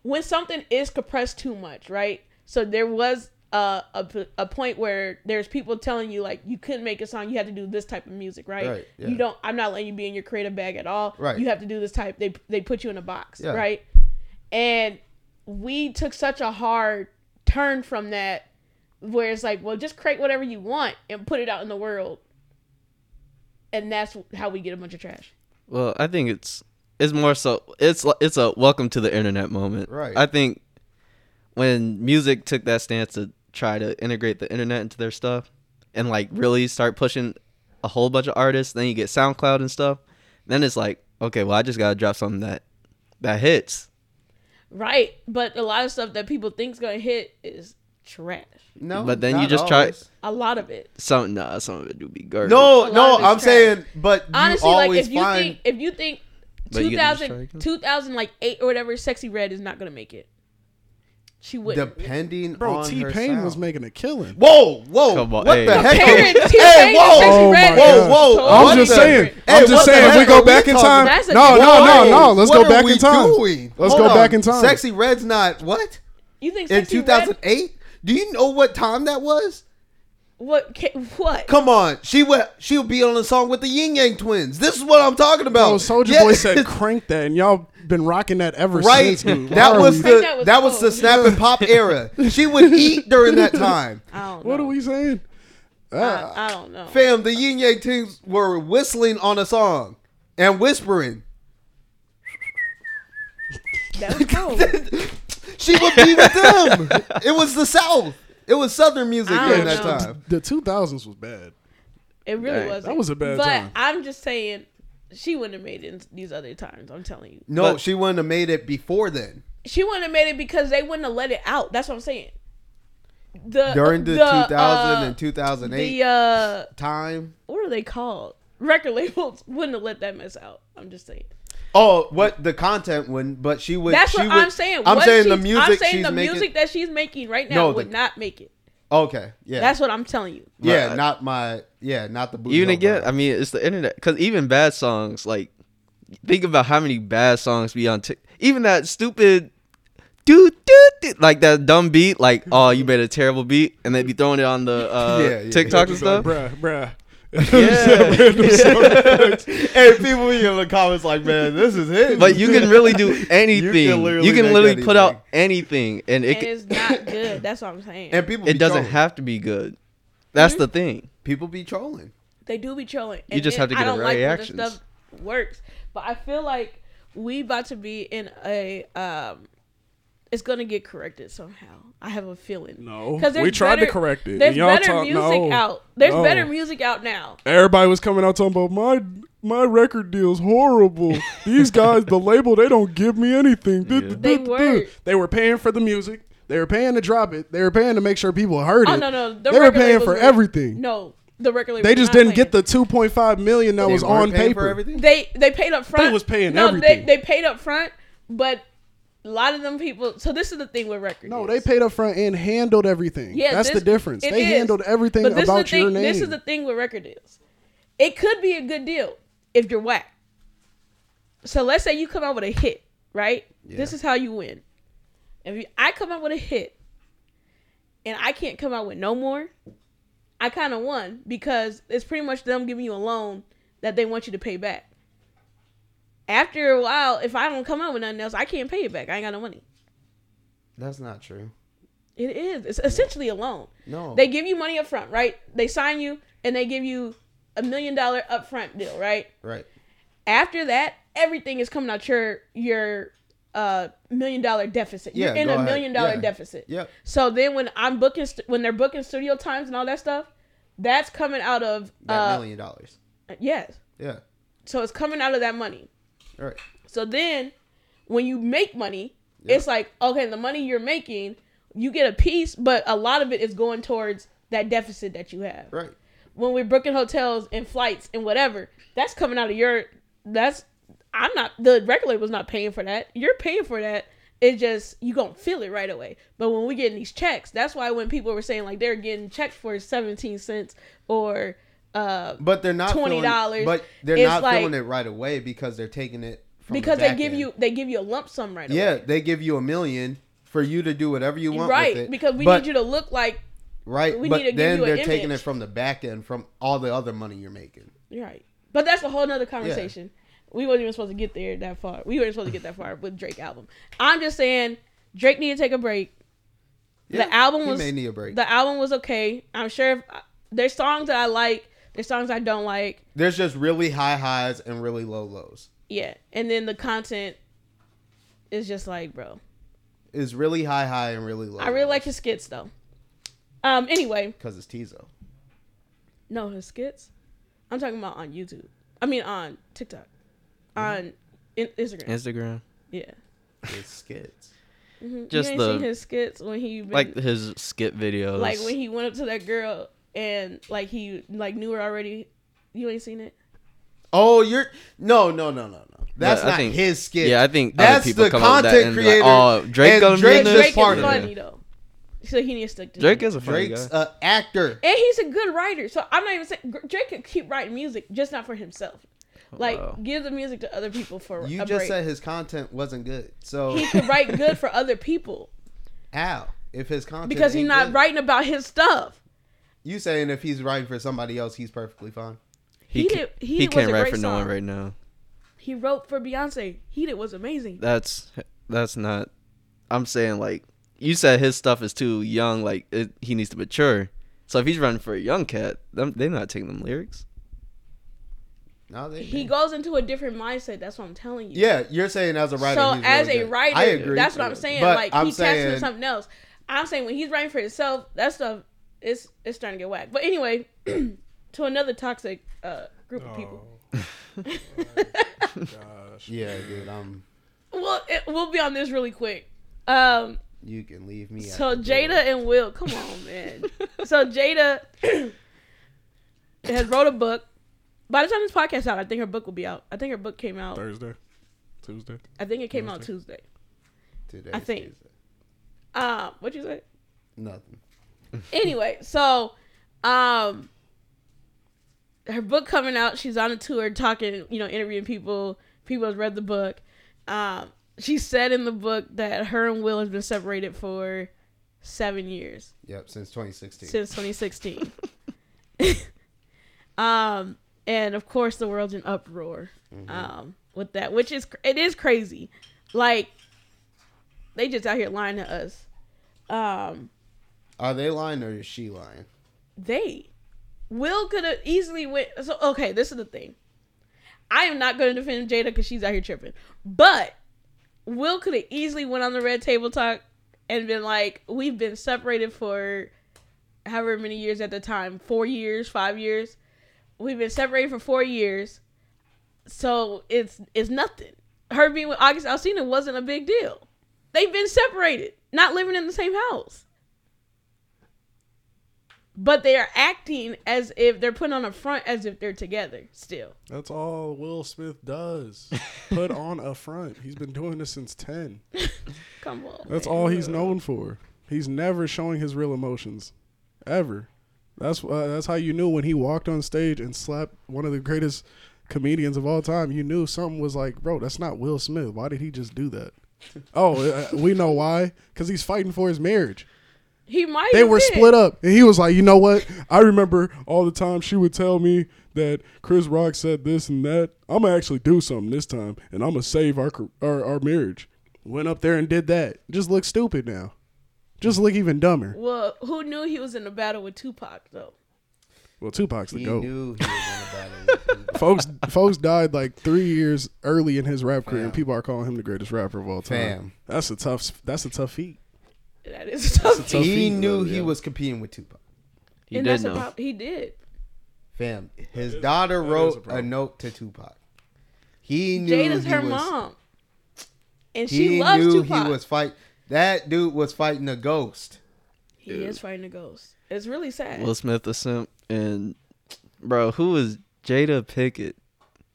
C: When something is compressed too much, right? So there was uh, a, p- a point where there's people telling you like you couldn't make a song you had to do this type of music right,
B: Right, yeah.
C: you don't i'm not letting you be in your creative bag at all
B: Right.
C: you have to do this type they they put you in a box
B: Yeah.
C: right and we took such a hard turn from that where it's like well just create whatever you want and put it out in the world and that's how we get a bunch of trash
E: Well, I think it's it's more so it's li- it's a welcome to the internet moment.
B: Right.
E: I think when music took that stance to try to integrate the internet into their stuff and like really start pushing a whole bunch of artists, then you get SoundCloud and stuff. Then it's like, okay, well, I just gotta drop something that that hits.
C: right but a lot of stuff that people think's gonna hit is trash
B: No,
E: But then you
B: not
E: just try-
B: always.
C: a lot of it
E: Some nah, some of it do be garbage.
B: No,
C: A
B: no,
C: lot of it's
B: I'm
C: trash.
B: saying, but you
C: honestly like
B: always
C: if you
B: find
C: think if you think
E: But you get to
C: 2000
E: strike.
C: 2000 like 8 or whatever sexy red is not gonna make it she wouldn't
B: depending
D: Bro,
B: on
D: T
B: her
D: Pain was
B: sound.
D: making a killing.
B: Whoa, whoa,
E: Come on,
B: what
E: hey.
B: the
C: Comparing
B: heck?
C: T-Pain
B: hey,
C: to
B: whoa,
C: Sexy
D: Oh
C: Red
D: my
B: whoa,
D: God.
B: whoa!
C: Totally
D: I'm
B: what
D: just
B: the-
D: saying.
B: Hey,
D: I'm
B: what
D: just
B: the
D: saying. If we
B: heck
D: go
B: are
D: back in
B: talking
D: time.
B: about?
C: That's a-
D: No, no, no,
B: Whoa,
D: no. Let's
B: what
D: go
B: are
D: back
B: we
D: in time.
B: doing?
D: Let's
B: Hold
D: go back
B: on.
D: in time.
B: Sexy Red's not what
C: you think
B: in
C: sexy
B: two
C: red
B: thousand eight. Do you know what time that was?
C: what ca- what
B: Come on, she would she'll be on a song with the Yin Yang Twins. This is what I'm talking about.
D: Oh, Soldier
B: Yeah.
D: Boy said crank that, and y'all been rocking that ever
B: right.
D: since. dude. Why
B: that
D: are
B: was
D: we-
B: the
C: That was
B: that was the
C: cold.
B: snap and pop era. She would eat during that time.
C: i don't know
D: What are we saying?
B: Uh,
C: I, I don't know
B: Fam, the Yin Yang Twins were whistling on a song and whispering.
C: that was cold
B: She would be with them. It was the South. It was Southern music
C: I
B: during
C: don't
B: that
C: know.
B: time.
D: The 2000s was bad.
C: it really
E: Dang.
C: was
D: That was a bad
C: but
D: time.
C: i'm just saying she wouldn't have made it in these other times i'm telling you
B: No,
E: But-
B: she wouldn't have made it before then.
C: she wouldn't have made it because they wouldn't have let it out that's what i'm saying the
B: During the, 2000
C: uh,
B: and 2008
C: the uh
B: time.
C: what are they called? Record labels wouldn't have let that mess out. I'm just saying.
B: Oh, what the content wouldn't, but she would.
C: That's
B: she
C: what
B: would,
C: I'm saying.
B: I'm
C: What
B: saying the
C: she's-
B: music
C: I'm saying
B: she's
C: the
B: making.
C: music that she's making right now
B: No,
C: would
B: the-
C: not make it.
B: okay, yeah,
C: That's what I'm telling you.
B: yeah,
E: Right.
B: not my, yeah, not the boot
E: even
B: heel
E: again,
B: vibe.
E: I mean, it's the internet. Because even bad songs, like, think about how many bad songs be on Tik. Even that stupid, do do do, like that dumb beat. Like, oh, you made a terrible beat, and they be throwing it on the uh,
B: Yeah, yeah,
E: TikTok and
D: Just
E: stuff.
D: like, bruh,
E: yeah.
B: hey, people be in the comments like, man, this is it.
E: but you can really do anything. You can
B: literally
E: literally,
B: make
E: put out anything, and it
C: And
E: c-
C: it's not good. That's what I'm saying.
B: and people
E: it
B: be
E: doesn't
B: trolling.
E: have to be good.
C: Mm-hmm.
E: That's the thing.
B: people be trolling.
C: they do be trolling.
E: You just
C: then
E: have to get
C: I don't
E: the
C: like when this
E: reactions.
C: stuff works. But I feel like we about to be in a um it's gonna get corrected somehow. I have a feeling.
D: No.
C: 'Cause there's
D: We tried to
C: better-
D: correct it,
C: There's
D: and y'all
C: better
D: talk-
C: music
D: no.
C: out. There's
D: No.
C: better music out now.
D: Everybody was coming out talking about my my record deal's horrible. These guys, the label, they don't give me anything. Duh, duh,
C: They
D: duh, duh,
C: were.
D: duh. They were paying for the music. They were paying to drop it. They were paying to make sure people heard
C: Oh
D: it.
C: no no! The
D: they were
C: record
D: paying
C: labels
D: for
C: were-
D: everything.
C: No, the record labels
D: they
C: were
D: just
C: not
D: didn't get the
C: paying.
D: 2.5 million that
B: They
D: was
B: weren't
D: on
B: paying
D: paper.
B: for everything.
C: They they paid up front.
D: was paying
C: no,
D: everything.
C: They, they paid up front, but a lot of them people. So this is the thing with record.
D: No, they
C: deals.
D: paid up front and handled everything.
C: Yeah,
D: that's
C: this-
D: the difference.
C: it
D: They
C: is.
D: handled everything
C: But this is
D: about
C: the thing,
D: your name.
C: This is the thing with record deals. It could be a good deal if you're whack. So let's say you come out with a hit, right? This is how you win. If you, I come out with a hit, and I can't come out with no more, I kind of won because it's pretty much them giving you a loan that they want you to pay back. After a while, if I don't come out with nothing else, I can't pay it back. I ain't got no money.
B: That's not true.
C: It is. It's essentially a loan.
B: No.
C: They give you money up front, right? They sign you and they give you a million dollar upfront deal, right?
B: right.
C: After that, everything is coming out your your uh million dollar deficit. You're
B: Yeah,
C: in
B: go
C: a
B: ahead.
C: million dollar
B: Yeah.
C: deficit.
B: Yep.
C: So then when I'm booking st- when they're booking studio times and all that stuff, that's coming out of
B: That
C: uh
B: million dollars.
C: yes.
B: Yeah.
C: So it's coming out of that money.
B: All right.
C: So then when you make money, it's like, okay, the money you're making, you get a piece, but a lot of it is going towards that deficit that you have.
B: Right.
C: When we're booking hotels and flights and whatever, that's coming out of your that's I'm not the record label's not paying for that. You're paying for that. It just you gonna feel it right away. But when we getting these checks, that's why when people were saying like they're getting checks for seventeen cents or uh
B: But they're not feeling-
C: $20
B: But they're
C: is
B: not
C: like-
B: feeling it right away because they're taking it from the
C: because they
B: back
C: give
B: end.
C: you they give you a lump sum right away.
B: Yeah, they give you a million for you to do whatever you want
C: right
B: with it.
C: because we
B: But-
C: need you to look like
B: right,
C: we
B: but
C: need to give
B: then
C: you an
B: they're taking it
C: image.
B: from the back end from all the other money you're making.
C: you're right. But that's a whole nother conversation. We weren't even supposed to get there that far. We weren't supposed to get that far with Drake album. I'm just saying Drake need to take a break.
B: Yeah,
C: the album
B: he
C: was
B: may need a break.
C: the album was okay. I'm sure if uh, there's songs that I like, there's songs I don't like.
B: There's just really high highs and really low lows.
C: Yeah, and then the content is just like, bro.
B: It's really high high and really low.
C: I really like his skits though. Um. Anyway,
B: because it's Tizo.
C: no, his skits. I'm talking about on YouTube. I mean on TikTok,
B: Mm-hmm.
C: on in- Instagram.
E: Instagram.
C: yeah.
B: It's skits.
E: Just
C: you ain't
E: the
C: seen his skits when he been,
E: like
C: like
E: his skit videos.
C: like when he went up to that girl and like he like knew her already. You ain't seen it.
B: Oh, you're no, no, no, no, no. That's
E: I
B: not
E: think-
B: his skit.
E: yeah, I think other
B: that's
E: people
B: the
E: come up with that
B: content
E: and be like,
B: creator.
E: "Oh, Drake
B: and
E: gonna be
B: Drake
C: Drake,
E: in this?"
B: is
C: Drake
B: part
C: is
B: of it.
C: funny though, so he needs to stick to
E: Drake
C: him.
E: is a funny
B: Drake's
E: guy.
B: an actor.
C: and he's a good writer. So I'm not even saying Gr- Drake could keep writing music just not for himself. Like
E: Wow.
C: give the music to other people for
B: Oh, You
C: a
B: just
C: break.
B: said his content wasn't good. So
C: he could write good for other people
B: how if his content
C: because he's
B: ain't
C: not
B: good?
C: writing about his stuff.
B: You saying if he's writing for somebody else, he's perfectly fine.
E: he
C: he
E: ca-
C: did- he
E: he
C: was
E: can't
C: a
E: write
C: great
E: for no one
C: song.
E: right now.
C: He wrote for Beyonce. He did was amazing.
E: That's that's not. I'm saying like you said, his stuff is too young. Like it, he needs to mature. So if he's running for a young cat, them, they're not taking them lyrics.
B: No, they
C: He goes into a different mindset. That's what I'm telling you.
B: Yeah, you're saying as a writer.
C: so
B: he's
C: as
B: really
C: a
B: good.
C: writer,
B: I agree.
C: that's what I'm saying.
B: But
C: like
B: I'm
C: he
B: saying-
C: casting for something else. I'm saying when he's writing for himself, that stuff it's it's starting to get whack. But anyway, to another toxic uh, group of people.
B: Yeah, dude. Um,
C: Well, it, we'll be on this really quick. Um,
B: you can leave me.
C: so
B: at the door.
C: Jada and Will, come on, man. so Jada has wrote a book. By the time this podcast out, I think her book will be out. I think her book came out.
D: Thursday, Tuesday.
C: I think it came out Tuesday.
B: Today,
C: I think.
B: Tuesday.
C: Um, what you say?
B: nothing.
C: anyway, so um her book coming out, she's on a tour talking, you know, interviewing people. People has read the book. Um she said in the book that her and Will has been separated for 7 years
B: Yep, since 2016.
C: since 2016. um and of course the world's in uproar um with that, which is cr- it is crazy. Like they just out here lying to us. Um
B: Are they lying or is she lying?
C: they will could have easily went so okay this is the thing i am not going to defend jada because she's out here tripping but will could have easily went on the red table talk and been like we've been separated for however many years at the time four years five years we've been separated for four years so it's it's nothing her being with august alsina wasn't a big deal they've been separated not living in the same house but they are acting as if they're putting on a front as if they're together still.
D: That's all Will Smith does. Put on a front. He's been doing this since ten.
C: Come on.
D: That's
C: man.
D: all he's known for. He's never showing his real emotions, ever. That's uh, that's how you knew when he walked on stage and slapped one of the greatest comedians of all time. You knew something was like, bro, that's not Will Smith. Why did he just do that? Oh, uh, we know why. Because he's fighting for his marriage.
C: He might.
D: They were split up, and he was like, you know what? I remember all the time she would tell me that Chris Rock said this and that. I'm gonna actually do something this time, and I'm gonna save our car- our, our marriage. Went up there and did that. Just look stupid now. Just look even dumber.
C: Well, who knew he was in a battle with Tupac though?
D: Well, Tupac's the
B: He
D: goat.
B: knew he was in a battle. with-
D: Folks, folks died like three years early in his rap career, and people are calling him the greatest rapper of all time.
B: Fam.
D: That's a tough. s- That's a tough feat.
C: That is tough.
D: Tough
B: he
D: feat,
B: knew
D: though,
B: he
D: yeah.
B: was competing with Tupac.
E: He
C: and
E: did
C: that's
E: know.
C: a prob- he did.
B: Fam, his daughter wrote a, note to Tupac. He knew
C: Jada's
B: he
C: her
B: was,
C: mom, and
B: He
C: she loves
B: knew
C: Tupac.
B: he was fight. That dude was fighting a ghost.
C: He is fighting a ghost. It's really sad.
E: Will Smith a simp and bro, who is Jada Pickett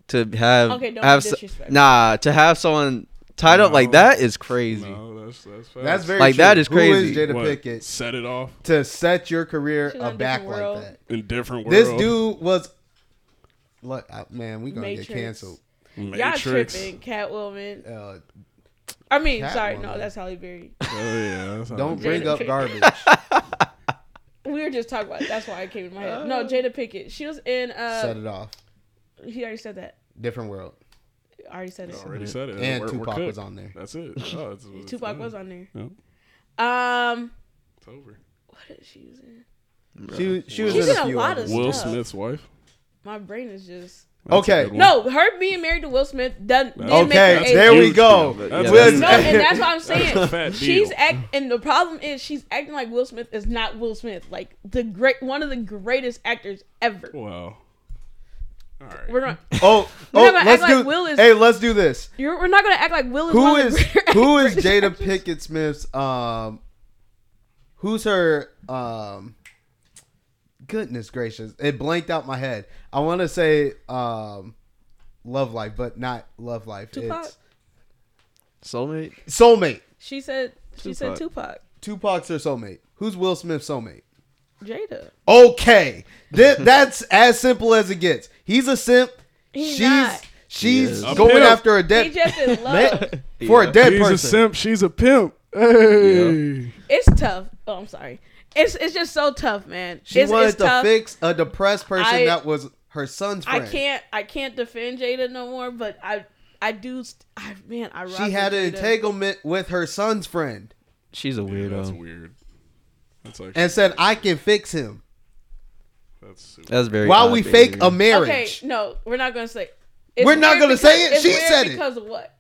E: to have
C: Okay, don't
E: have
C: be
E: so-
C: disrespectful.
E: nah to have someone tied up like
D: No.
E: that is crazy.
D: that's that's
B: That's very
E: Like,
B: true.
E: that is
B: Who
E: crazy.
B: is Jada Pickett
D: Set it off
B: to set your career
C: She's on a different
B: aback like
C: world.
B: that?
D: in different world.
B: This dude was. Look, uh, man, we gonna
C: Matrix.
B: get canceled.
C: Y'all
D: Matrix.
C: tripping, Catwoman.
B: Uh,
C: I mean,
B: Cat
C: sorry, no,
B: woman.
C: that's Halle Berry.
D: Oh yeah. that's how
B: Don't
D: it
B: bring
D: goes.
B: up garbage.
C: We were just talking about. It. That's why it came in my head.
B: Uh.
C: No, Jada Pickett. She was in.
B: Set
C: uh
B: it off.
C: He already said that.
B: Different world.
C: I already said it.
D: Already said it.
B: And
D: We're- we're
B: Tupac
D: cooked.
B: was on there.
D: That's it. Oh, it's, it's
C: Tupac
D: done.
C: was on there.
D: Yep.
C: Um,
D: It's over.
C: what is she was in?
B: She she was
C: She's
B: in
C: in
B: a
C: a
B: few.
C: lot
B: of
C: of
B: them.
D: Will
C: stuff.
D: Smith's wife.
C: My brain is just
D: That's a
B: Okay.
D: good one.
C: no. Her being married to Will Smith doesn't. did make her
B: Okay,
C: age.
B: there we
E: Huge
B: go.
E: deal, but
D: That's-
E: yeah,
B: Will
E: that's-
C: No,
B: Smith-
C: and that's what I'm
D: That's a
C: saying.
D: fat
C: She's
D: deal.
C: act, and the problem is she's acting like Will Smith is not Will Smith, like the great one of the greatest actors ever.
D: Wow. All right.
C: We're not.
B: Oh, oh
C: We're not gonna
B: let's
C: act
B: do.
C: like Will is-
B: hey, let's do this.
C: You're, we're not going to act like Will is.
B: Who
C: one of
B: is
C: the greatest
B: who is
C: actors.
B: Jada Pickett Smith's um? Who's her um? Goodness gracious, it blanked out my head. I want to say um, Love Life, but not Love Life.
C: Tupac?
E: Soulmate.
B: It's soulmate.
C: She said. She said Tupac.
B: Tupac's her soulmate. Who's Will Smith's soulmate?
C: Jada.
B: Okay, Th- that's as simple as it gets. He's a simp.
C: He's
B: she's
C: not.
B: she's
E: He is.
B: going
D: A
B: after a
C: He
B: dead
C: just in love.
B: man, for a dead
D: He's
B: person.
D: a simp. She's a pimp. Hey.
C: it's tough. Oh, I'm sorry. It's it's just so tough, man.
B: She
C: it's,
B: wanted
C: it's
B: to
C: tough.
B: fix a depressed person
C: I-
B: that was her son's
C: I
B: friend.
C: can't I can't defend Jada no more, but I I do st- I man I rock
B: She had
C: with
B: an
C: Jada.
B: entanglement with her son's friend
E: She's a
D: Yeah,
E: weirdo.
D: that's
E: That's,
D: weird. That's like
B: and said, "I can fix him."
D: that's super.
E: very.
B: While
E: odd
B: we fake
E: behavior.
B: a
C: Okay,
B: marriage,
C: no, we're not gonna say.
B: We're not
C: weird
B: gonna say it?
C: because- it's
B: She
C: weird
B: said it.
C: because of what?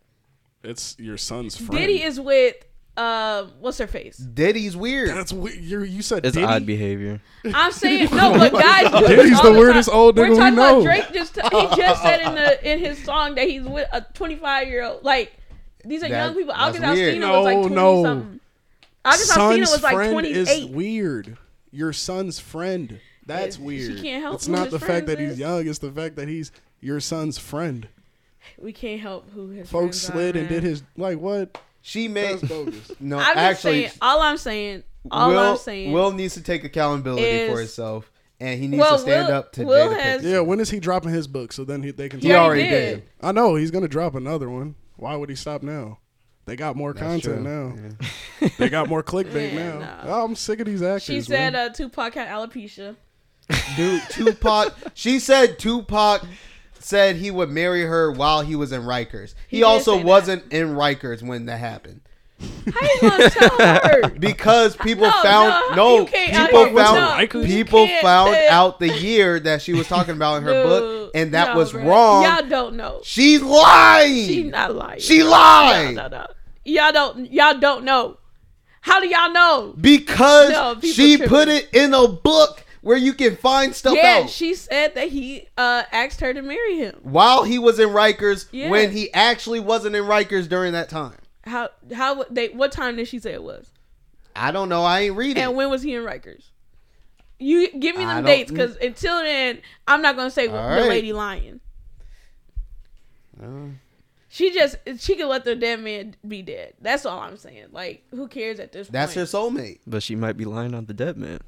D: It's your son's friend.
C: Diddy is with um what's her face?
B: Diddy's weird.
D: That's weird. You you said
E: It's
D: Diddy?
E: odd behavier.
C: I'm saying no, but guys, do this
D: Diddy's
C: all
D: the
C: time.
D: weirdest old nigga
C: We're
D: we
C: talking
D: know.
C: about Drake. Just he just said in the in his song that he's with a 25 year old. Like these are
B: That-
C: young people. August
B: that's weird.
C: Alsina was like
D: No,
C: 20
D: no.
C: something. August Alsina
D: son's
C: was like
D: friend is
C: 28.
D: weird. Your son's friend. That's
C: She
D: weird.
C: can't help
D: It's
C: who
D: not
C: his
D: the
C: friends
D: fact that he's
C: is.
D: young. It's the fact that he's your son's friend.
C: we can't help who his
D: Folks
C: friends are,
D: slid and
C: man.
D: did his like what?
B: she
D: That's
B: made
D: bogus.
B: no.
C: I'm just
B: actually,
C: saying. All I'm saying. All
B: Will,
C: I'm saying.
B: Will needs to take accountability for
C: is-
B: himself, and he needs
C: Well,
B: to stand
C: Will-
B: up to
C: Will
B: Jada
C: has-
B: Pinkett.
D: Yeah. When is he dropping his book? So then he, they can.
B: He
D: talk-
B: already
C: did.
B: did.
D: I know he's gonna drop another one. Why would he stop now? They got more
B: That's true.
D: content now. they got more clickbait
C: Man,
D: now.
C: no.
D: I'm sick of these actors.
C: she said
D: man.
C: uh, Tupac had alopecia.
B: Dude, Tupac. she said Tupac said he would marry her while he was in Rikers. He,
C: He did say
B: also
C: that.
B: wasn't in Rikers when that happened
C: How you gonna tell her?
B: because people
C: No, no,
B: found no,
C: you can't out
B: people
C: here-
D: no,
B: found
D: you
B: people
C: can't
B: found
C: say-
B: out the year that she was talking about in her book,
C: Dude,
B: and that
C: no,
B: was
C: bruh.
B: wrong.
C: Y'all don't know.
B: She's lying.
C: She not lying.
B: She
C: No,
B: lied
C: no, no. Y'all don't. Y'all don't know. How do y'all know?
B: because
C: No, people
B: she
C: tripping.
B: put it in a book where you can find stuff
C: Yeah,
B: out.
C: she said that he uh, asked her to marry him.
B: while he was in Rikers,
C: Yeah.
B: when he actually wasn't in Rikers during that time.
C: How? How? would They? What time did she say it was?
B: I don't know. I ain't reading.
C: And when was he in Rikers? You give me
B: I
C: them
B: don't-
C: dates because until then, I'm not gonna say
B: All
C: the
B: right.
C: lady lying. She just she could let the dead man be dead. That's all I'm saying. Like, who cares at this
B: That's her
C: point?
B: soulmate.
E: But she might be lying on the dead man.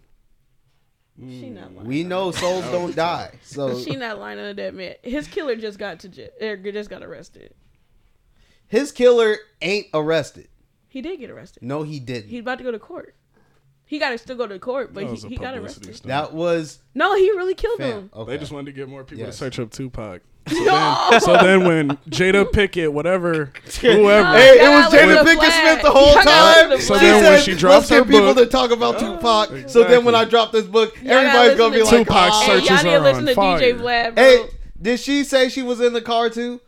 C: she not lying.
B: We know souls don't die. So
C: She not lying on the dead man. His killer just got to jail. Er, just got arrested.
B: his killer ain't arrested.
C: He did get arrested.
B: No, he didn't.
C: He's about to go to court. He got to still go to court, but
D: That
C: he,
D: was a
C: he got
D: publicity
C: arrested.
D: stunt.
B: that was
C: No, he really killed
B: fam. oh,
C: him.
B: Okay.
D: They just wanted to get more people
B: Yes.
D: to search up Tupac. So, then, so then when Jada Pickett, whatever, whoever,
B: Hey, it
C: Y'all
B: was
C: got
B: Jada
C: with the
B: Pinkett
C: flag.
B: Smith the whole
C: Y'all got with
B: time.
C: the
D: So
B: she
C: flag.
D: then when
B: said,
D: she drops
B: "Let's get
D: her
B: people
D: book-
B: to talk about Tupac." So then when
D: exactly.
B: I drop this book,
C: gotta
B: everybody's gonna be
C: listen to
B: like,
D: Tupac
B: "Ah."
C: Hey,
D: searches
C: y'all need to
D: are
C: listen
D: on
C: to
D: fire.
C: DJ Vlad, bro.
B: Hey, did she say she was in the car too?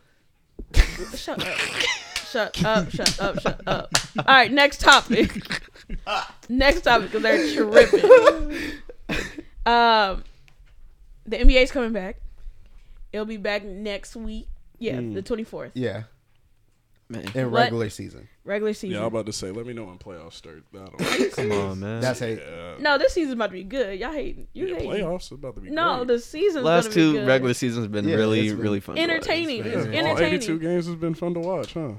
C: Shut up. Shut up, shut up, shut up. All right, next topic. next topic because they're tripping. Um, the NBA's coming back. It'll be back next week. Yeah,
E: Hmm.
C: the 24th.
B: Yeah,
E: Man,
B: in
C: What?
B: regular season.
C: Regular season.
D: yeah, I'm about to say, let me know when playoffs start. I don't
E: come on, man.
B: That's hate.
C: no, this season's about to be good. Y'all hating. You
D: yeah,
C: hating.
D: playoffs is about to be
C: No,
D: great.
C: the season's
E: Last
C: gonna
E: two
C: be good.
E: regular seasons have been
B: Yeah,
E: really,
B: it's been-
E: really fun. to watch.
C: entertaining. It's
D: Yeah, all 82
C: entertaining.
D: games has been fun to watch, huh?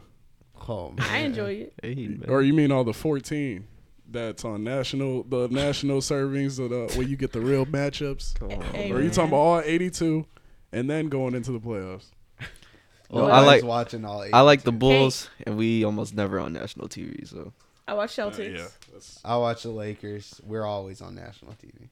B: Oh,
C: I
B: man.
C: enjoy it.
E: Hey, man.
D: Or you mean all the 14 that's on national, the national servings of the, where you get the real matchups?
E: Come on,
C: Hey,
E: man.
D: Or are you
C: man.
D: talking about all 82 and then going into the playoffs?
E: Well, I
B: Nobody's
E: like
B: watching all.
E: I like the
B: 82.
E: Bulls, and we almost never on national TV. So
C: I watch Celtics.
B: I watch the Lakers. We're always on national TV.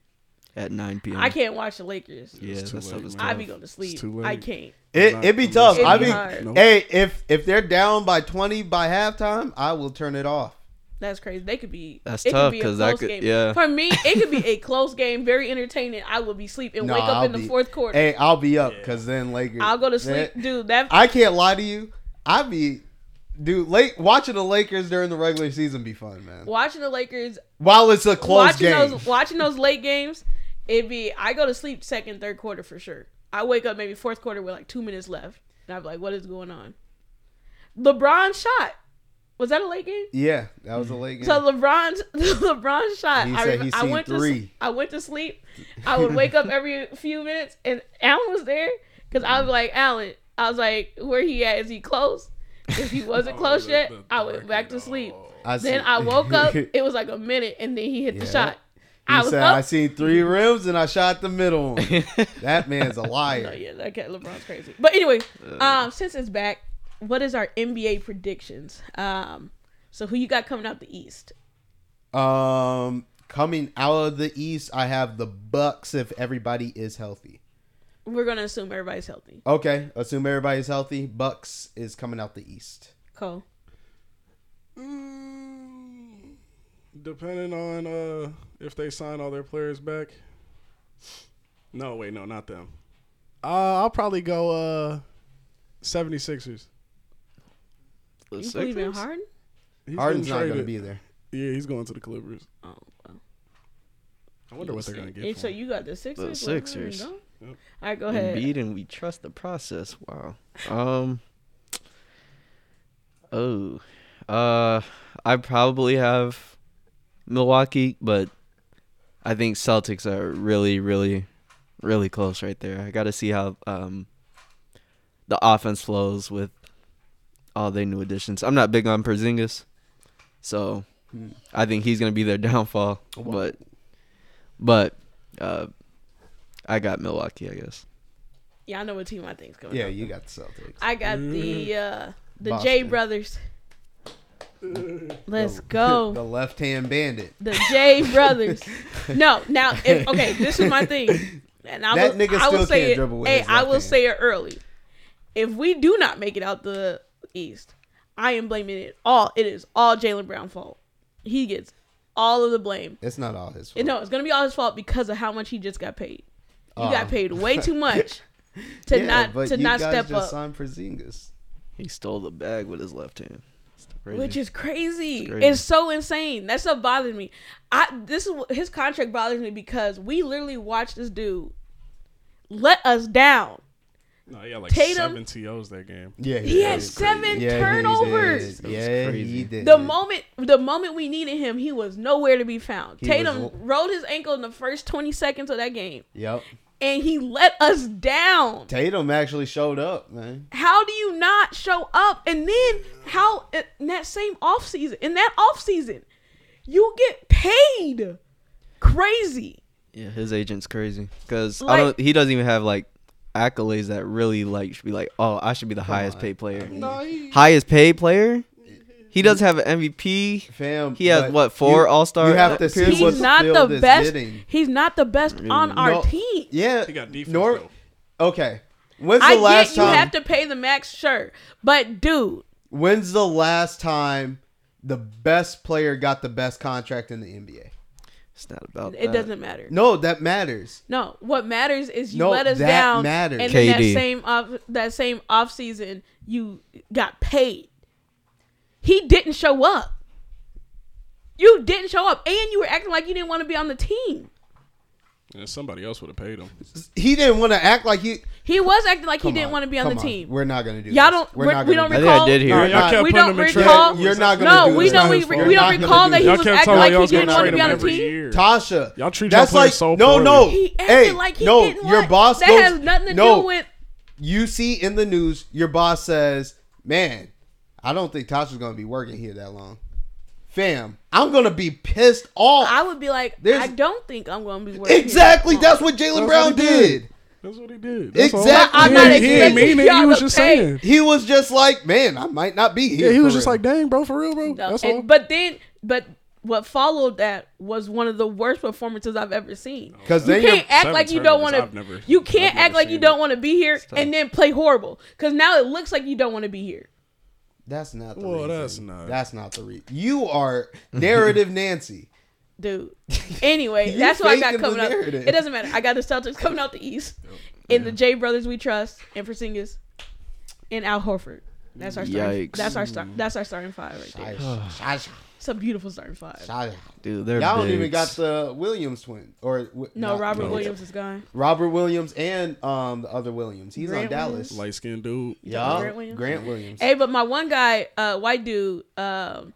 E: at 9 p.m.
C: I can't watch the Lakers.
E: Yeah,
D: It's too
E: that stuff
D: late,
E: is
D: man.
C: I
E: tough.
C: be going to sleep.
D: too late.
C: I can't.
B: It
D: not-
B: it be
D: I'm
B: tough.
C: not-
B: I
C: It'd be
B: mean,
C: hard.
D: Nope.
B: hey, if if they're down by twenty by halftime, I will turn it off.
C: That's crazy. They could be.
E: That's
C: it
E: tough,
C: could be a
E: 'cause that
C: close
E: could-
C: game.
E: yeah.
C: For me, it could be a close game, very entertaining. I will be sleep and
B: No,
C: wake up
B: I'll
C: in the
B: be-
C: fourth quarter.
B: Hey, I'll be up because then Lakers.
C: I'll go to sleep,
B: That-
C: dude. That
B: I can't lie to you. I be dude late watching the Lakers during the regular season be fun, man.
C: watching the Lakers,
B: While it's a close
C: watching
B: game,
C: those watching those late games, it'd be. I go to sleep second, third quarter for sure. I wake up maybe fourth quarter with like two minutes left, and I'm like, "What is going on?" LeBron shot. Was that a late game?
B: yeah, that was a late game.
C: So LeBron's LeBron shot.
B: He
C: I,
B: said
C: remem-
B: he
C: I
B: seen
C: went to s-
B: three.
C: I went to sleep. I would wake up every few minutes, and Alan was there because I
B: Mm-hmm.
C: was like, Alan, I was like, where he at? Is he close? If he wasn't close yet, I went back to sleep.
B: I
C: Then
B: see-
C: I woke up. It was like a minute, and then he hit the
B: Yeah.
C: shot.
B: He
C: I was
B: said,
C: up.
B: I seen three rims and I shot the middle one. that man's a
C: Oh,
B: liar.
C: yeah, that cat LeBron's crazy. But anyway,
B: Uh.
C: um, since it's back, what is our NBA predictions? Um, so who you got coming out the East?
B: Um, coming out of the East, I have the Bucks if everybody is healthy.
C: We're gonna assume everybody's healthy.
B: Okay, assume everybody's healthy. Bucks is coming out the East.
C: Cole.
D: Mm, Depending on uh, if they sign all their players back. No, wait, no, not them. Uh, I'll probably go uh, 76ers.
E: The
C: You believe in
E: Sixers?
C: Harden?
D: He's
B: Harden's
D: getting
B: not going to
D: traded.
B: be there.
D: Yeah, he's going to the Clippers.
C: Oh, well.
D: I wonder what they're going to
C: And
D: get.
C: so
D: For him.
C: you got the Sixers. with
E: Sixers.
C: Harden, no?
D: Yep.
C: All right, go ahead.
E: Embiid, and we trust the process. Wow. Um. Oh, uh, I probably have Milwaukee, but I think Celtics are really, really, really close right there. I got to see how um the offense flows with all their new additions. I'm not big on Porzingis, so I think he's gonna be their downfall. But, but, uh, I got Milwaukee, I guess.
C: Yeah, I know what team I think's coming.
B: Yeah,
C: up.
B: you got the Celtics.
C: I got the uh the J
B: Boston.
C: brothers. Let's
B: the
C: go.
B: left hand bandit.
C: The J brothers. No, now if, okay, this is my thing. And I
B: That
C: will,
B: nigga
C: I will
B: still
C: say
B: can't
C: it,
B: dribble with
C: Hey,
B: his
C: I
B: left
C: will
B: hand.
C: say it early. If we do not make it out the East, I am blaming it all. It is all Jalen Brown fault. He gets all of the blame.
B: It's not all his fault.
C: And no, it's gonna be all his fault because of how much he just got paid. You
B: Oh.
C: got paid way too much to
B: Yeah,
C: not
B: but
C: to
B: you
C: not
B: guys
C: step
B: just
C: up,
B: signed Porzingis.
E: He stole the bag with his left hand. It's crazy.
C: which is crazy. It's,
E: crazy.
C: so insane. That stuff bothers me. I this is what- his contract bothers me because we literally watched this dude let us down.
D: no, he had like
C: Tatum-
D: seven TOs that game.
B: Yeah,
C: He had
B: did.
C: seven
B: Yeah, he
C: turnovers.
B: did. Yeah, he
E: crazy.
B: did.
C: The moment the moment we needed him, he was nowhere to be found.
B: He was
C: Tatum
B: l-
C: rolled his ankle in the first twenty seconds of that game,
B: Yep.
C: and he let us down.
B: Tatum actually showed up, man.
C: how do you not show up? And then how in that same offseason, in that offseason, you get paid crazy.
E: yeah, his agent's crazy because
C: Like-
E: I don't. He doesn't even have like accolades that really like should be like. Oh, I should be the highest paid player. highest paid player. He does have an MVP.
B: Mm-hmm. Fam,
E: He has,
B: but
E: what, four
B: you-
E: All-Star
B: You have to see
E: appearances?
B: what
C: He's
B: the
C: not the
B: field is
C: best.
B: getting. Mm.
C: He's not the best on our
B: No.
C: team.
B: Yeah,
D: He got defense.
B: Nor-
D: though.
B: okay. When's the
C: I
B: last
C: get you
B: time?
C: have to pay the max, sure, but dude,
B: when's the last time the best player got the best contract in the NBA?
E: It's not about.
C: it
B: Uh,
E: that.
C: doesn't matter.
B: No, that matters.
C: No, what matters is you
B: No,
C: let us
B: that
C: down,
B: matters.
C: and then that
E: KD.
C: same off that same off season, you got paid. He didn't show up. You didn't show up, and you were acting like you didn't want to be on the team.
D: And somebody else would have paid him.
B: He didn't want to act like he.
C: He was acting like
B: Come
C: he didn't
B: on,
C: want to be on the
B: come
C: team.
B: We're not gonna do.
C: Y'all
B: this.
C: don't.
B: We're
C: We're
B: not
C: we
B: gonna
C: don't
B: do this.
E: I think I
C: recall.
E: did hear
D: No,
E: it.
D: y'all kept
C: we
D: putting
C: don't
D: him in
C: recall-
D: trade.
B: You're not gonna
C: No,
B: do
C: we
B: this.
C: don't. We,
B: You're
C: we
B: not
C: don't
B: gonna
C: recall
B: do
C: that he
B: this.
D: Y'all
C: was
D: kept
C: acting
D: telling
C: like
D: y'all
C: he
D: was
C: didn't
D: gonna
C: want to
D: trade
C: be
D: him
C: on the
D: every
C: team.
D: year.
B: Tasha,
D: Y'all treat
B: that's
D: your players
B: like
D: so
B: no,
D: poorly.
B: no.
C: He acted
B: hey,
C: like he
B: no,
C: didn't
B: your
C: want-
B: boss
C: That
B: goes-
C: has nothing to
B: no,
C: do with.
B: you see in the news, your boss says, "Man, I don't think Tasha's gonna be working here that long." Fam, I'm gonna be pissed off.
C: I would be like,
B: There's-
C: I don't think I'm going to be working. here that
B: exactly,
C: long.
B: that's what Jalen Brown
D: what he did.
B: did.
D: That's what he did. That's all.
B: Exact- I'm
D: He
B: not
D: didn't- he didn't
B: expecting
D: mean it. He
C: y'all
D: was
C: to
D: just
C: pay.
D: saying.
B: He was just like, man, I might not be here.
D: Yeah, he was
B: for
D: just
B: real."
D: like, dang, bro, for real, bro.
C: No,
D: That's
C: and-
D: all.
C: But then, but what followed that was one of the worst performances I've ever seen.
B: 'Cause
C: you
B: then you're-
C: can't act
D: Oh. Seven
C: like you don't
D: turnovers,
C: want
D: I've never-
C: to. You can't
D: I've never
C: act like you
D: seen
C: don't want to be here
E: tough.
C: and then play horrible because now it looks like you don't want to be here.
B: That's not the
D: Well,
B: reason.
D: that's not-
B: That's not the reason. You are narrative Nancy.
C: dude. Anyway,
B: You
C: that's what I got
B: faking the
C: coming up.
B: narrative.
C: It doesn't matter. I got the Celtics coming out the East, and the J Brothers we trust, and Porzingis, and Al Horford. That's our starting.
E: Yikes.
C: That's our start. That's our starting five right there.
B: Y'all
C: It's a beautiful starting five.
E: Dude, they're
B: don't even
E: bigs.
B: got the Williams twin or w-
C: No,
B: not-
C: Robert Williams is gone.
B: Robert Williams and um the other Williams. He's
C: Grant
B: on Dallas.
D: Light skinned dude.
B: Y'all,
C: Grant Williams?
B: Grant Williams.
C: Hey, but my one guy, uh, white dude, um,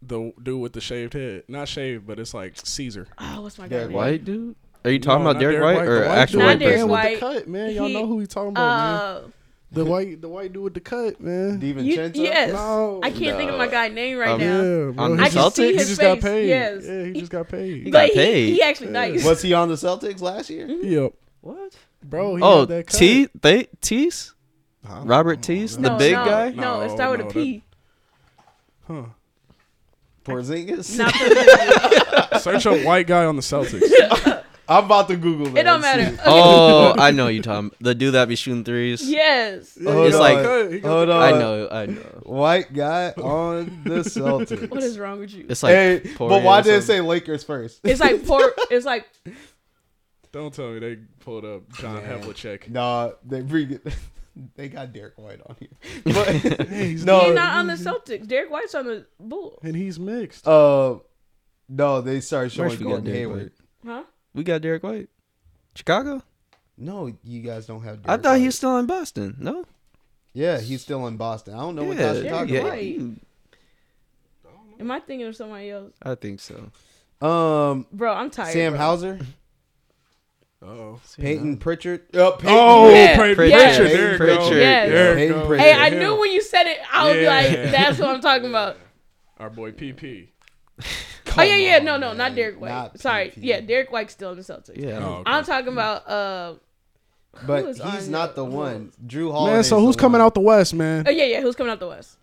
D: The dude with the shaved head. Not shaved, but it's like Caesar.
C: oh, what's my guy?
B: Derek
C: name?
E: White dude? Are you talking
D: No,
E: about
D: not
E: Derek, White
D: the
E: or actual
D: dude
C: Not
E: white
D: with the
C: Derek
D: man
E: person?
D: with
C: White.
D: The cut, man. Y'all
C: He-
D: know who he talking about, man.
C: Uh,
D: The white, the white dude with the cut, man.
C: you-
B: DiVincenzo?
C: yes,
D: No.
C: I can't think of my guy name right
E: Um,
D: yeah,
C: now.
D: bro.
E: On
D: he
E: the
C: I can
D: just,
C: see
E: Celtics?
D: he
C: his
D: just
C: face.
D: got paid.
C: Yes,
D: Yeah, he just got paid.
E: got
C: but he,
E: paid.
C: he actually nice.
B: Was he on the Celtics last year?
C: Mm-hmm.
D: Yep.
E: What?
D: Bro, he
E: Oh,
D: had that cut.
E: T. They Tease.
D: I don't
E: Robert
D: know.
E: Tease, the
C: no,
E: big
C: no,
E: guy.
C: No, it
D: No,
C: started
D: no,
C: with a P.
D: Huh.
B: Porzingis?
C: Not Porzingis.
D: Search a white guy on the Celtics.
B: I'm about to Google that.
C: it don't matter. Okay.
E: Oh, I know you, Tom. The dude that be shooting threes.
C: Yes.
B: Hold
E: It's
B: on.
E: like-
B: hold on.
E: I know. I know.
B: White guy on the Celtics.
C: What is wrong with you?
E: It's like.
B: hey,
E: Poirier
B: but why
E: or
B: did it
E: something.
B: say Lakers first?
C: It's like poor. It's like
D: Don't tell me they pulled up John
B: Man.
D: Havlicek.
B: Nah, they bring it. They got Derek White on here, but
C: he's
B: no,
C: not on the Celtics. Derek White's on the Bulls.
D: And he's mixed.
B: uh, no, they started showing
E: Where's we got
B: Gordon
E: Derek
B: Hayward.
E: White?
C: Huh?
E: We got Derek White. Chicago.
B: No, you guys don't have. Derek
E: I thought he
B: White.
E: was still in Boston. No.
B: Yeah, he's still in Boston. I don't know what
E: Yeah.
B: y'all should talk
E: yeah,
C: White.
E: you-
C: Am I thinking of somebody else?
E: I think so.
B: about. Um,
C: Bro, I'm tired.
B: Sam
C: bro.
B: Hauser,
D: Oh,
B: Peyton Pritchard. Uh, Peyton,
D: oh,
C: Yeah.
D: Peyton
C: Pritchard. Yes.
D: Pritchard. There you go.
E: Pritchard.
C: Yes.
D: There you
B: Peyton
D: go.
B: Pritchard.
C: Hey, I
D: Yeah.
C: knew when you said it, I was
D: Yeah.
C: like, that's what I'm talking about.
D: Our boy PP.
C: oh, yeah, yeah. No, no, not Derek White.
B: Not
C: Sorry.
B: PP.
C: Yeah, Derek White's still in the Celtics.
E: Yeah.
D: Oh, okay.
C: I'm talking about, uh,
B: but
C: Who is
B: he's
C: on
B: not the
C: the-
B: one. Drew Hall.
D: Man, so who's coming out the West, man?
C: oh, yeah, yeah. Who's coming out the West?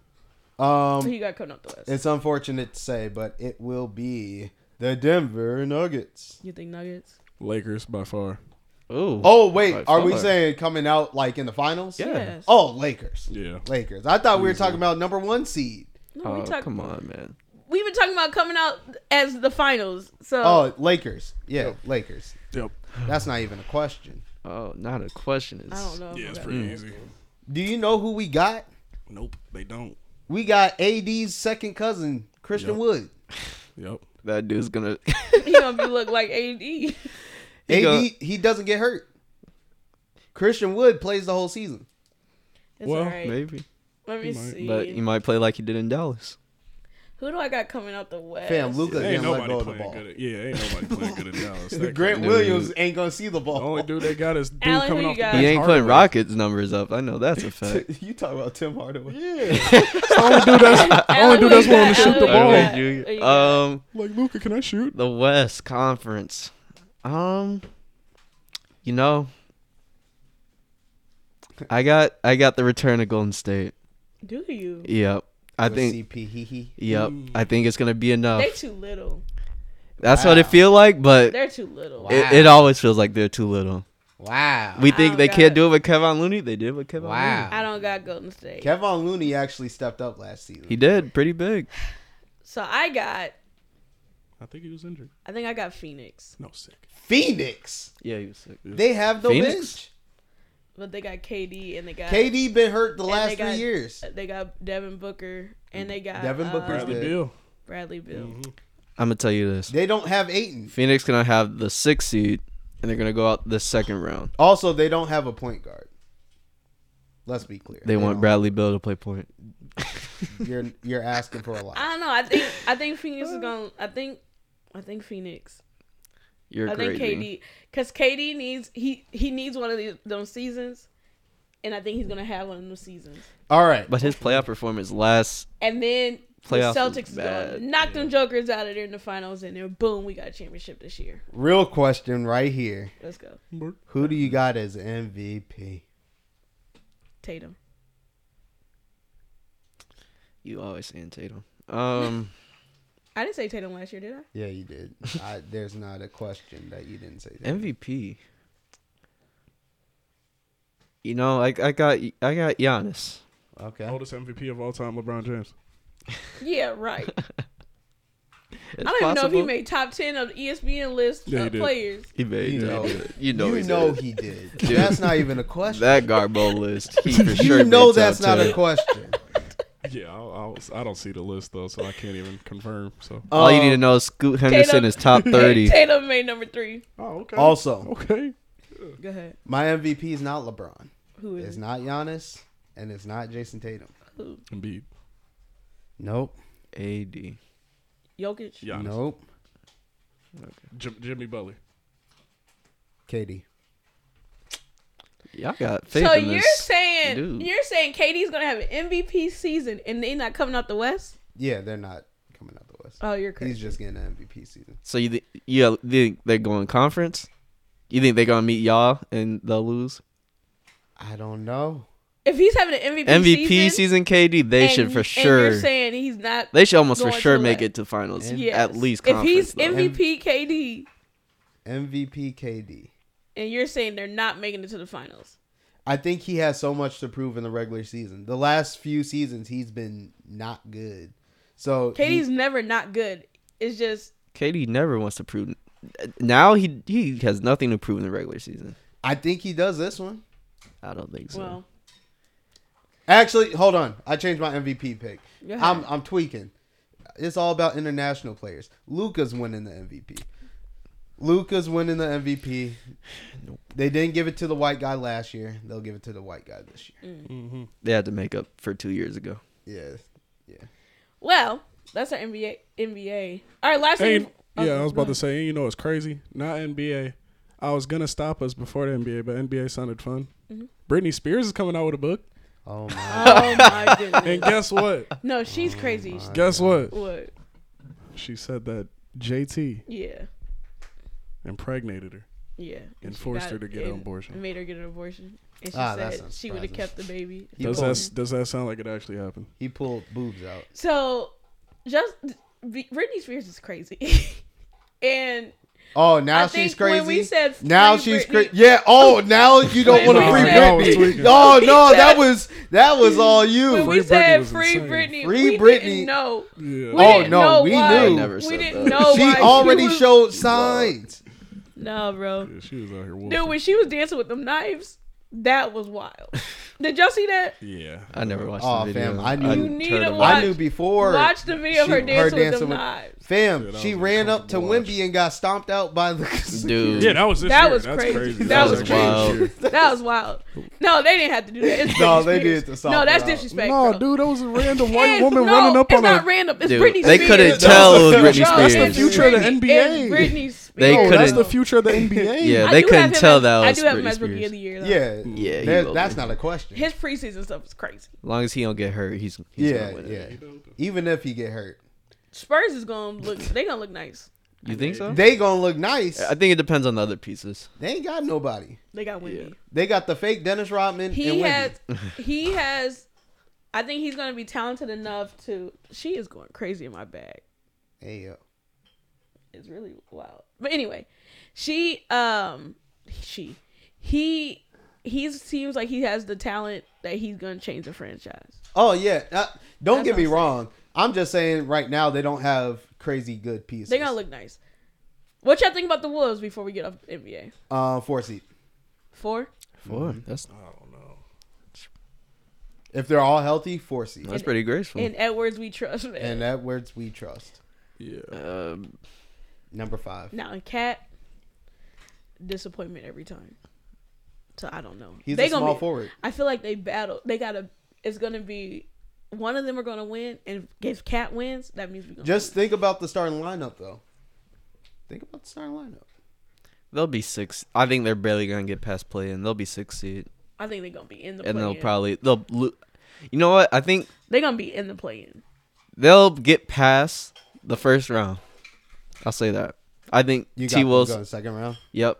B: Um,
C: Who you got coming out the West?
B: It's unfortunate to say, but it will be the Denver Nuggets.
C: You think Nuggets?
D: Lakers by far.
E: Ooh.
B: Oh wait,
E: By
B: are we
E: far.
B: saying coming out like in the finals?
E: Yeah.
C: Yes.
B: Oh, Lakers.
D: Yeah.
B: Lakers. I thought we were talking about number one seed.
C: No,
E: Oh,
C: we talk-
E: come on, man.
C: We've been talking about coming out as the finals. So,
B: Oh, Lakers. Yeah, Lakers.
D: Yep.
B: That's not even a question.
E: Oh, not a question.
C: I
E: It's,
C: don't
B: Oh,
C: know. if
D: Yeah,
C: I
D: it's
C: got-
D: pretty easy.
B: Do you know who we got?
D: Mm. Nope, they don't.
B: We got AD's second cousin, Christian
D: Yep.
B: Wood.
D: Yep.
E: That dude's gonna.
C: He gonna be look like AD.
E: He
B: AD,
E: go-
B: he doesn't get hurt. Christian Wood plays the whole season.
C: It's
D: Well,
C: alright.
E: Maybe,
C: Let me
D: might.
C: see.
E: but he might play like he did in Dallas.
C: Who do I got coming out the west?
B: Fam, Luca
D: Ain't
B: didn't let
D: nobody
B: go of the
D: playing
B: ball.
D: good. At, yeah, ain't nobody playing good at Dallas. That
B: Grant
D: guy-
B: Williams ain't gonna see the ball.
D: The only dude they got is dude
C: Allen, who
D: coming
C: you
D: off
C: got?
D: the
E: He
D: bench,
E: ain't putting
D: Hardaway.
E: Rockets numbers up. I know that's a fact.
B: you talk about Tim Hardaway.
D: The only dude that's, the only
C: Allen,
D: dude
C: who
D: that's
C: you got?
D: willing to shoot
C: Allen, who you
D: the ball.
C: got?
E: Junior.
C: Who you got?
E: Um,
D: Like Luca, can I shoot?
E: the West Conference. Um, you know, I got I got the return of Golden State.
C: Do you?
E: Yep, I
B: The
E: think.
B: CP hee hee.
E: Yep, I think it's gonna be enough.
C: They too little.
E: That's what it
B: Wow.
E: feel like, but
C: They're too little.
E: it, it always feels like they're too little.
B: Wow.
E: We think
C: Oh,
E: they
C: God.
E: can't do it with Kevin Looney. They did with Kevin Looney.
B: wow.
C: I don't got Golden State.
B: Kevin Looney actually stepped up last season.
E: He did pretty big.
C: So I got.
D: I think he was injured.
C: I think I got Phoenix,
D: No, sick.
B: Phoenix.
E: Yeah, he was sick.
B: They have no
E: Phoenix?
C: but they got KD and they got
B: bench. KD been hurt the
C: and
B: last
C: they
B: three
C: got-
B: years.
C: They got Devin Booker and they got
B: Devin
C: uh,
B: Booker's
D: Bradley
B: good.
D: Beal.
C: Bradley Bill.
D: Mm-hmm.
E: I'm gonna tell you this:
B: They don't have Aiton.
E: Phoenix gonna have the sixth seed, and they're gonna go out the second round.
B: Also, they don't have a point guard. Let's be clear.
E: They want
B: don't.
E: Bradley Bill to play point.
B: You're you're asking for a lot.
C: I don't know. I think I think Phoenix is gonna. I think I think Phoenix.
E: You're
C: I think
E: crazy.
C: KD because KD needs he he needs one of these them seasons, and I think he's gonna have one of them seasons.
B: All right.
E: But his playoff performance last
C: And then
E: playoffs.
C: the
E: was
C: Celtics
E: bad.
C: gone. knocked them jokers out of there in the finals, and then boom, we got a championship this year.
B: Real question right here.
C: Let's go,
B: Who do you got as MVP?
C: Tatum.
E: You always saying Tatum. Um,
C: I didn't say Tatum last year, did I?
B: Yeah, you did. I, there's not a question that you didn't say that.
E: MVP. You know, I I got I got Giannis.
B: Okay.
E: Oh,
D: Oldest MVP of all time, LeBron James.
C: Yeah, right.
E: It's
C: I don't even know if he
E: possible.
C: made top ten of the E ESPN list
D: Yeah, he
C: of
D: did.
C: players.
E: He made.
B: You
E: it.
B: know.
E: You know.
B: you
E: he
B: know
E: did.
B: he did. That's not even a question.
E: that Garbo list. He for sure.
B: you know
E: made
B: that's not
E: top
B: a
E: 10.
B: question.
D: Yeah, I'll, I'll, I don't see the list though, so I can't even confirm. So,
C: Uh,
E: All you need to
B: Um,
E: know is Scoot Henderson
C: Oh. Tatum-
E: is top thirty.
C: Tatum made number three.
D: oh, okay.
B: Also,
D: okay.
C: Go ahead.
B: my MVP is not LeBron.
C: Who is
B: It's
C: it?
B: not Giannis, and it's not Jason Tatum.
D: Embiid,
B: Nope.
E: AD.
C: Jokic?
D: Giannis,
B: Nope.
D: Jim, Jimmy Butler.
B: Katie.
E: Y'all got faith
C: So
E: in
C: you're
E: this
C: saying
E: dude.
C: you're saying KD's gonna have an MVP season and they not coming out the West?
B: Yeah, they're not coming out the West.
C: Oh, you're crazy.
B: He's just getting an MVP season.
E: So you th- you think they're going conference? You think they're gonna meet y'all and they'll lose?
B: I don't know.
C: if he's having an MVP,
E: MVP season,
C: season,
E: KD, they should
C: and-
E: for
C: And
E: sure.
C: you're saying he's not.
E: They should almost for
C: going to
E: sure
C: the
E: make
C: West.
E: it to finals.
B: And-
C: Yes.
E: At least
C: if
E: conference.
C: he's
E: though.
C: MVP KD,
B: MVP KD.
C: and you're saying they're not making it to the finals,
B: I think he has so much to prove in the regular season. The last few seasons, he's been not good. So
C: KD's
B: he-
C: never not good. It's just
E: KD never wants to prove. Now he he has nothing to prove in the regular season.
B: I think he does this one.
E: I don't think so.
C: well,
B: Actually, hold on. I changed my MVP pick.
C: Go ahead.
B: I'm I'm tweaking. It's all about international players. Luca's winning the MVP. Luca's winning the MVP. They didn't give it to the white guy last year. They'll give it to the white guy this
C: Mm.
B: year.
E: they had to make up for two years ago.
B: Yeah. Yeah.
C: well, that's our NBA. NBA. All right, last
D: Hey,
C: thing. Oh,
D: yeah, I was
C: go
D: about to
C: ahead.
D: say, you know, it's crazy. Not NBA. I was gonna stop us before the NBA, but NBA sounded fun.
C: Mm-hmm.
D: Britney Spears is coming out with a book,
B: Oh my.
C: Oh my goodness!
D: and guess what?
C: No,
E: Oh
C: she's crazy.
D: guess what?
C: What?
D: She said that JT
C: Yeah,
D: impregnated her
C: yeah.
D: and
C: She
D: forced
C: got-
D: her to get an
C: and
D: abortion.
C: Made her get an abortion, and she
B: Ah, that
C: said
B: sounds
C: she would have
B: surprising.
C: kept the baby.
B: He
D: Does
B: pulled,
D: that does that sound like it actually happened?
B: he pulled boobs out.
C: So, just B- Britney Spears is crazy, and
B: Oh,
C: I
B: now she's
C: think when
B: crazy.
C: we said free
B: now she's
C: Britney-
B: crazy. Yeah. Oh, now you don't want to
D: Nah,
B: free
D: that was
B: Britney.
D: tweaking.
B: Oh no,
C: He
B: that
C: said-
B: was that was all
C: when
B: you.
C: we
D: Britney
C: said
D: was
C: free
D: insane.
C: Britney, we
B: Free Britney-
C: didn't know.
D: Yeah.
C: We
B: Oh,
C: didn't
B: no,
C: know
B: we
C: why.
B: knew. I
E: never
C: we
E: said
C: didn't
E: that.
C: know
B: She
C: why
B: already
C: was,
B: showed signs.
C: No, bro,
D: Yeah, she was out here.
C: dude,
D: Wolfing.
C: when she was dancing with them knives, that was wild. Did y'all see that?
D: Yeah.
E: I never watched
B: Aw,
E: the video.
B: fam, I knew-
E: I
B: You
C: need to
E: turned it off.
C: watch-
B: I knew before.
C: Watch the video of
B: she-
C: her dancing with them
B: dancing with-
C: knives.
B: Fam,
D: Dude, that
B: she
D: was
B: ran up to
D: uncomfortable
B: Wimby and got stomped out by the
E: Dude,
D: Yeah, that was this
C: That
D: year.
C: was
D: That's
C: crazy.
D: crazy.
C: That was
D: actually this
E: wild.
D: year.
C: That was wild. No, they didn't have to do that. It's
B: No,
C: Britney
B: they
C: Spears.
B: did to soften
C: No, that's
B: her up.
C: disrespectful.
D: No, dude, that was a random white
C: It's-
D: woman
C: no,
D: running up
C: it's
D: on
C: not
D: a.
C: random. It's
E: Dude,
C: Britney
E: they
C: Spears.
E: couldn't
C: It's
E: tell
D: the
E: it was
D: future.
E: Britney
D: That's the
E: Spears.
D: future of the
C: Britney-
D: NBA.
C: it's Britney Spears.
E: They
D: No, that's
E: couldn't-
D: the future of the NBA.
E: Yeah,
C: I
E: they
C: do
E: couldn't
C: have him
E: tell
C: as-
E: that
C: I
E: was
C: do have him
E: Britney
C: as rookie of
E: Spears.
C: the year. Though.
B: Yeah,
E: Yeah, he
B: That-
E: will
B: that's
E: be.
B: not a question.
C: his preseason stuff was crazy.
E: As long as he don't get hurt, he's, he's
B: yeah,
E: gonna win
B: yeah.
E: it.
B: Even if he get hurt,
C: Spurs is gonna look. They gonna look nice.
E: You think so?
B: they gonna look nice.
E: I think it depends on the other pieces.
B: They ain't got nobody.
C: They got Wendy.
B: They got the fake Dennis Rodman. and
C: He
B: Wimby.
C: has. he has. I think he's gonna be talented enough to. She is going crazy in my bag.
B: Hey, yo.
C: It's really wild. But anyway, she um she he he seems like he has the talent that he's gonna change the franchise.
B: Oh yeah. Uh, don't
C: That's
B: get me
C: what I'm
B: wrong. I'm just saying right now they don't have crazy good pieces.
C: They gonna look nice. What y'all think about the Wolves before we get off NBA?
B: uh, four seed.
C: Four.
E: Four. That's
B: If they're all healthy, four seed.
E: that's pretty graceful.
C: And Edwards, we trust. Man.
B: Mm. And that words we trust.
D: Yeah.
E: Um,
B: Number five.
C: Now, and Cat, disappointment every time. So I don't know.
B: He's
C: They
B: a
C: gonna
B: small
C: be-
B: forward.
C: I feel like they battle. They gotta. It's gonna be one of them are gonna win, and if Cat wins, that means we gonna
B: Just
C: win.
B: think about the starting lineup though. Think about the starting lineup.
E: they'll be six. I think they're barely gonna get past play, and they'll be six seed,
C: I think they're gonna be in the
E: and
C: play.
E: they'll
C: in.
E: probably they'll. Lo- you know what? I think
C: they're gonna be in the play in.
E: they'll get past the first round. I'll say that. I think
B: You got
E: T
B: them
E: Will's.
B: going second round.
E: Yep,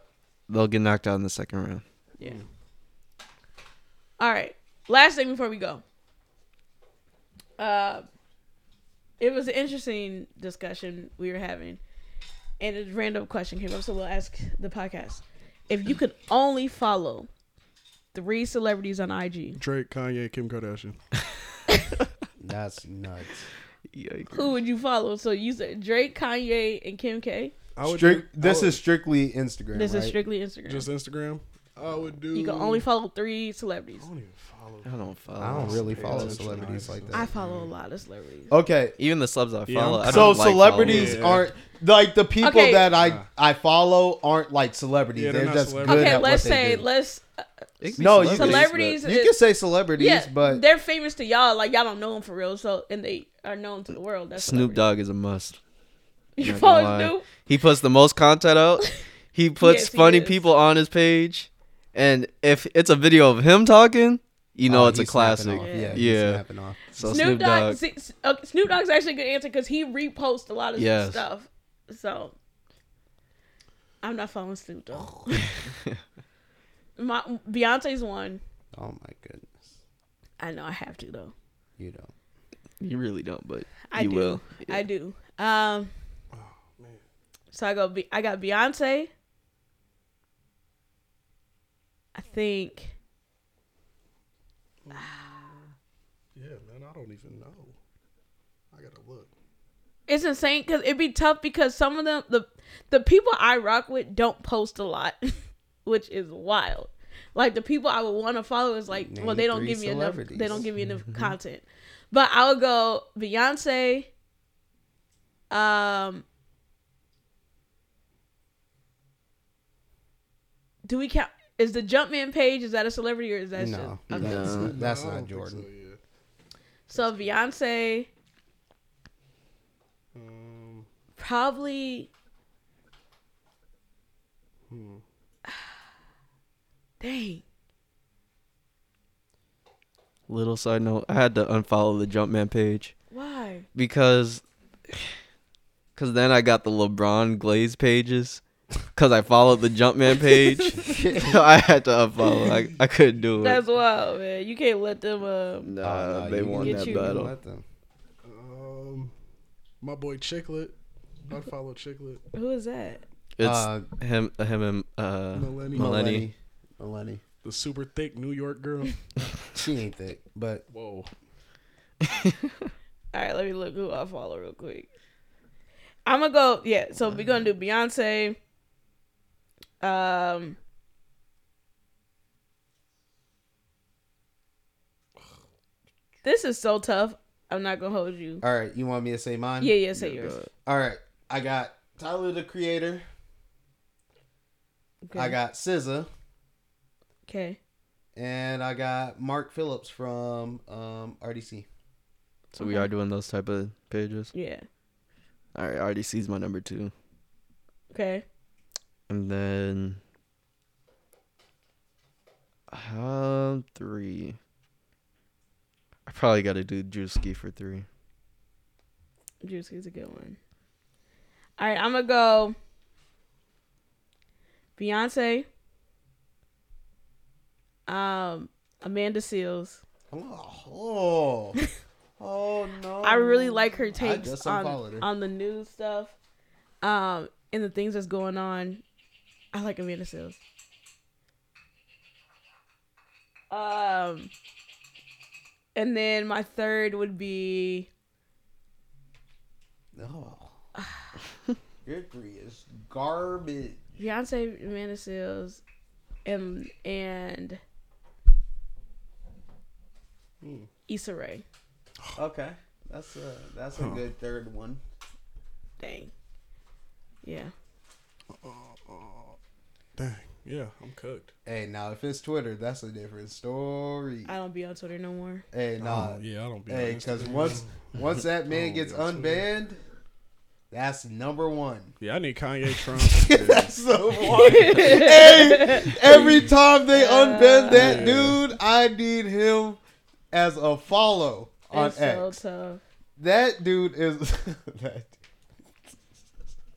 E: they'll get knocked out in the second round.
B: Mm.
C: All right. Last thing before we go. Uh, it was an interesting discussion we were having, and a random question came up. So we'll ask the podcast if you could only follow three celebrities on IG,
D: Drake, Kanye, Kim Kardashian.
B: That's nuts.
E: Yikes.
C: who would you follow? So you said Drake, Kanye, and Kim K.
D: I would
B: Strict,
D: do- I
B: this
D: would-
B: is strictly Instagram.
C: This
B: right?
C: is strictly Instagram.
D: just Instagram. I would do.
C: you can only follow three celebrities.
D: I
B: Oh,
D: don't even follow.
E: I don't follow.
B: I don't really
D: Pay
B: follow
D: attention,
B: celebrities
D: nice.
B: like that.
C: I follow a lot of celebrities.
B: Okay,
E: Even the subs I
D: Yeah,
E: follow.
D: I'm
E: I
B: so
E: don't like oh,
B: celebrities
D: following.
B: aren't like the people
C: Okay.
B: that I I follow aren't like celebrities.
D: Yeah, they're
B: they're
D: not
B: just
D: celebrities.
B: good
C: Okay,
B: at
C: let's
B: what they
C: say
B: do.
C: let's
B: No,
E: no,
B: you can-
C: celebrities.
B: you can say celebrities,
C: yeah,
B: but
C: they're famous to y'all. Like y'all don't know them for real. So and they are known to the world. That's
E: Snoop
C: celebrities.
E: Dogg is a must.
C: You
E: Not gonna
C: follow
E: lie.
C: Snoop?
E: He puts the most content out. He puts
C: Yes, he
E: funny
C: is.
E: people on his page, and if it's a video of him talking, you know
B: Oh,
E: it's a
B: he's snapping
E: classic.
B: off.
E: Yeah,
B: Yeah, he's snapping off.
E: So
C: Snoop,
E: Snoop
C: Dogg.
E: Dogg.
C: see, s- uh, Snoop Dogg's actually a good answer because he reposts a lot of
E: Yes.
C: stuff. So I'm not following Snoop
E: Oh.
C: Dogg. My Beyonce's one.
B: Oh my goodness,
C: I know I have to though.
B: you don't.
E: You really don't, but
C: I
E: you
C: do.
E: will.
C: I do. Um. So I go. Be- I got Beyonce. I think
D: Yeah, man, I don't even know. I gotta look.
C: it's insane because it'd be tough because some of them the the people I rock with don't post a lot, which is wild. Like the people I would want to follow is like, well,
B: Name
C: they don't
B: three
C: give me enough. They
B: celebrities.
C: don't give me enough content. But I would go Beyonce. Um. Do we count? Is the Jumpman page is that a celebrity or is that
B: No,
C: just okay?
B: that's,
E: No.
B: that's
D: I
B: not
D: don't think
B: Jordan.
D: so, yeah.
C: So Beyonce,
D: Um,
C: probably. Dang.
E: Little side note: I had to unfollow the Jumpman page
C: Why?
E: because, because then I got the LeBron Glaze pages. Cause I followed the Jumpman page, so I had to unfollow. I, I couldn't do it.
C: That's wild, man. You can't let them. Um,
B: Oh, no,
E: nah, Uh, they
B: you can
E: won
C: get
E: that
C: you.
E: battle.
B: Let them.
D: um, my boy Chicklet. I'd follow Chicklet.
C: who is that?
E: It's
B: Uh,
E: him, him, and uh,
D: Millennium.
E: Millennium.
B: Millennium.
D: The super thick New York girl.
B: She ain't thick, but
D: Whoa.
C: All right, let me look who I follow real quick. I'm gonna go. Yeah, so we're gonna do Beyonce. Um. This is so tough. I'm not gonna hold you.
B: all right. You want me to say mine?
C: Yeah, yeah, say yours.
B: All right. I got Tyler the Creator.
C: Okay.
B: I got SZA,
C: Okay.
B: and I got Mark Phillips from um, RDC.
E: So we are doing those type of pages.
C: Yeah.
E: All right, RDC's my number two,
C: Okay.
E: and then um three. I probably got to do Drewski for three.
C: Juicy's a good one. All right, I'm gonna go. Beyonce. Um, Amanda Seals.
B: Oh, oh no!
C: I really like her takes
B: just
C: on,
B: unfollowed her.
C: on the news stuff, um, and the things that's going on. I like Amanda Seals. Um, and then my third would be
B: No. Your three is garbage.
C: Beyonce, Amanda Seals, and and
B: Hmm.
C: Issa Rae.
B: Okay, that's a that's a good third one.
C: Dang. Yeah.
D: Dang. Yeah, I'm cooked.
B: Hey, now if it's Twitter, that's a different story.
C: I don't be on Twitter no more.
B: Hey, nah.
D: Oh, yeah, I don't be.
B: Hey,
D: honest. Oh,
B: because once once that man gets
D: that's
B: unbanned, that's number one.
D: Yeah, I need Kanye Trump.
B: That's so hard. hey, every time they unbend that dude, I need him as a follow on
C: It's
B: X.
C: so tough.
B: That dude is that,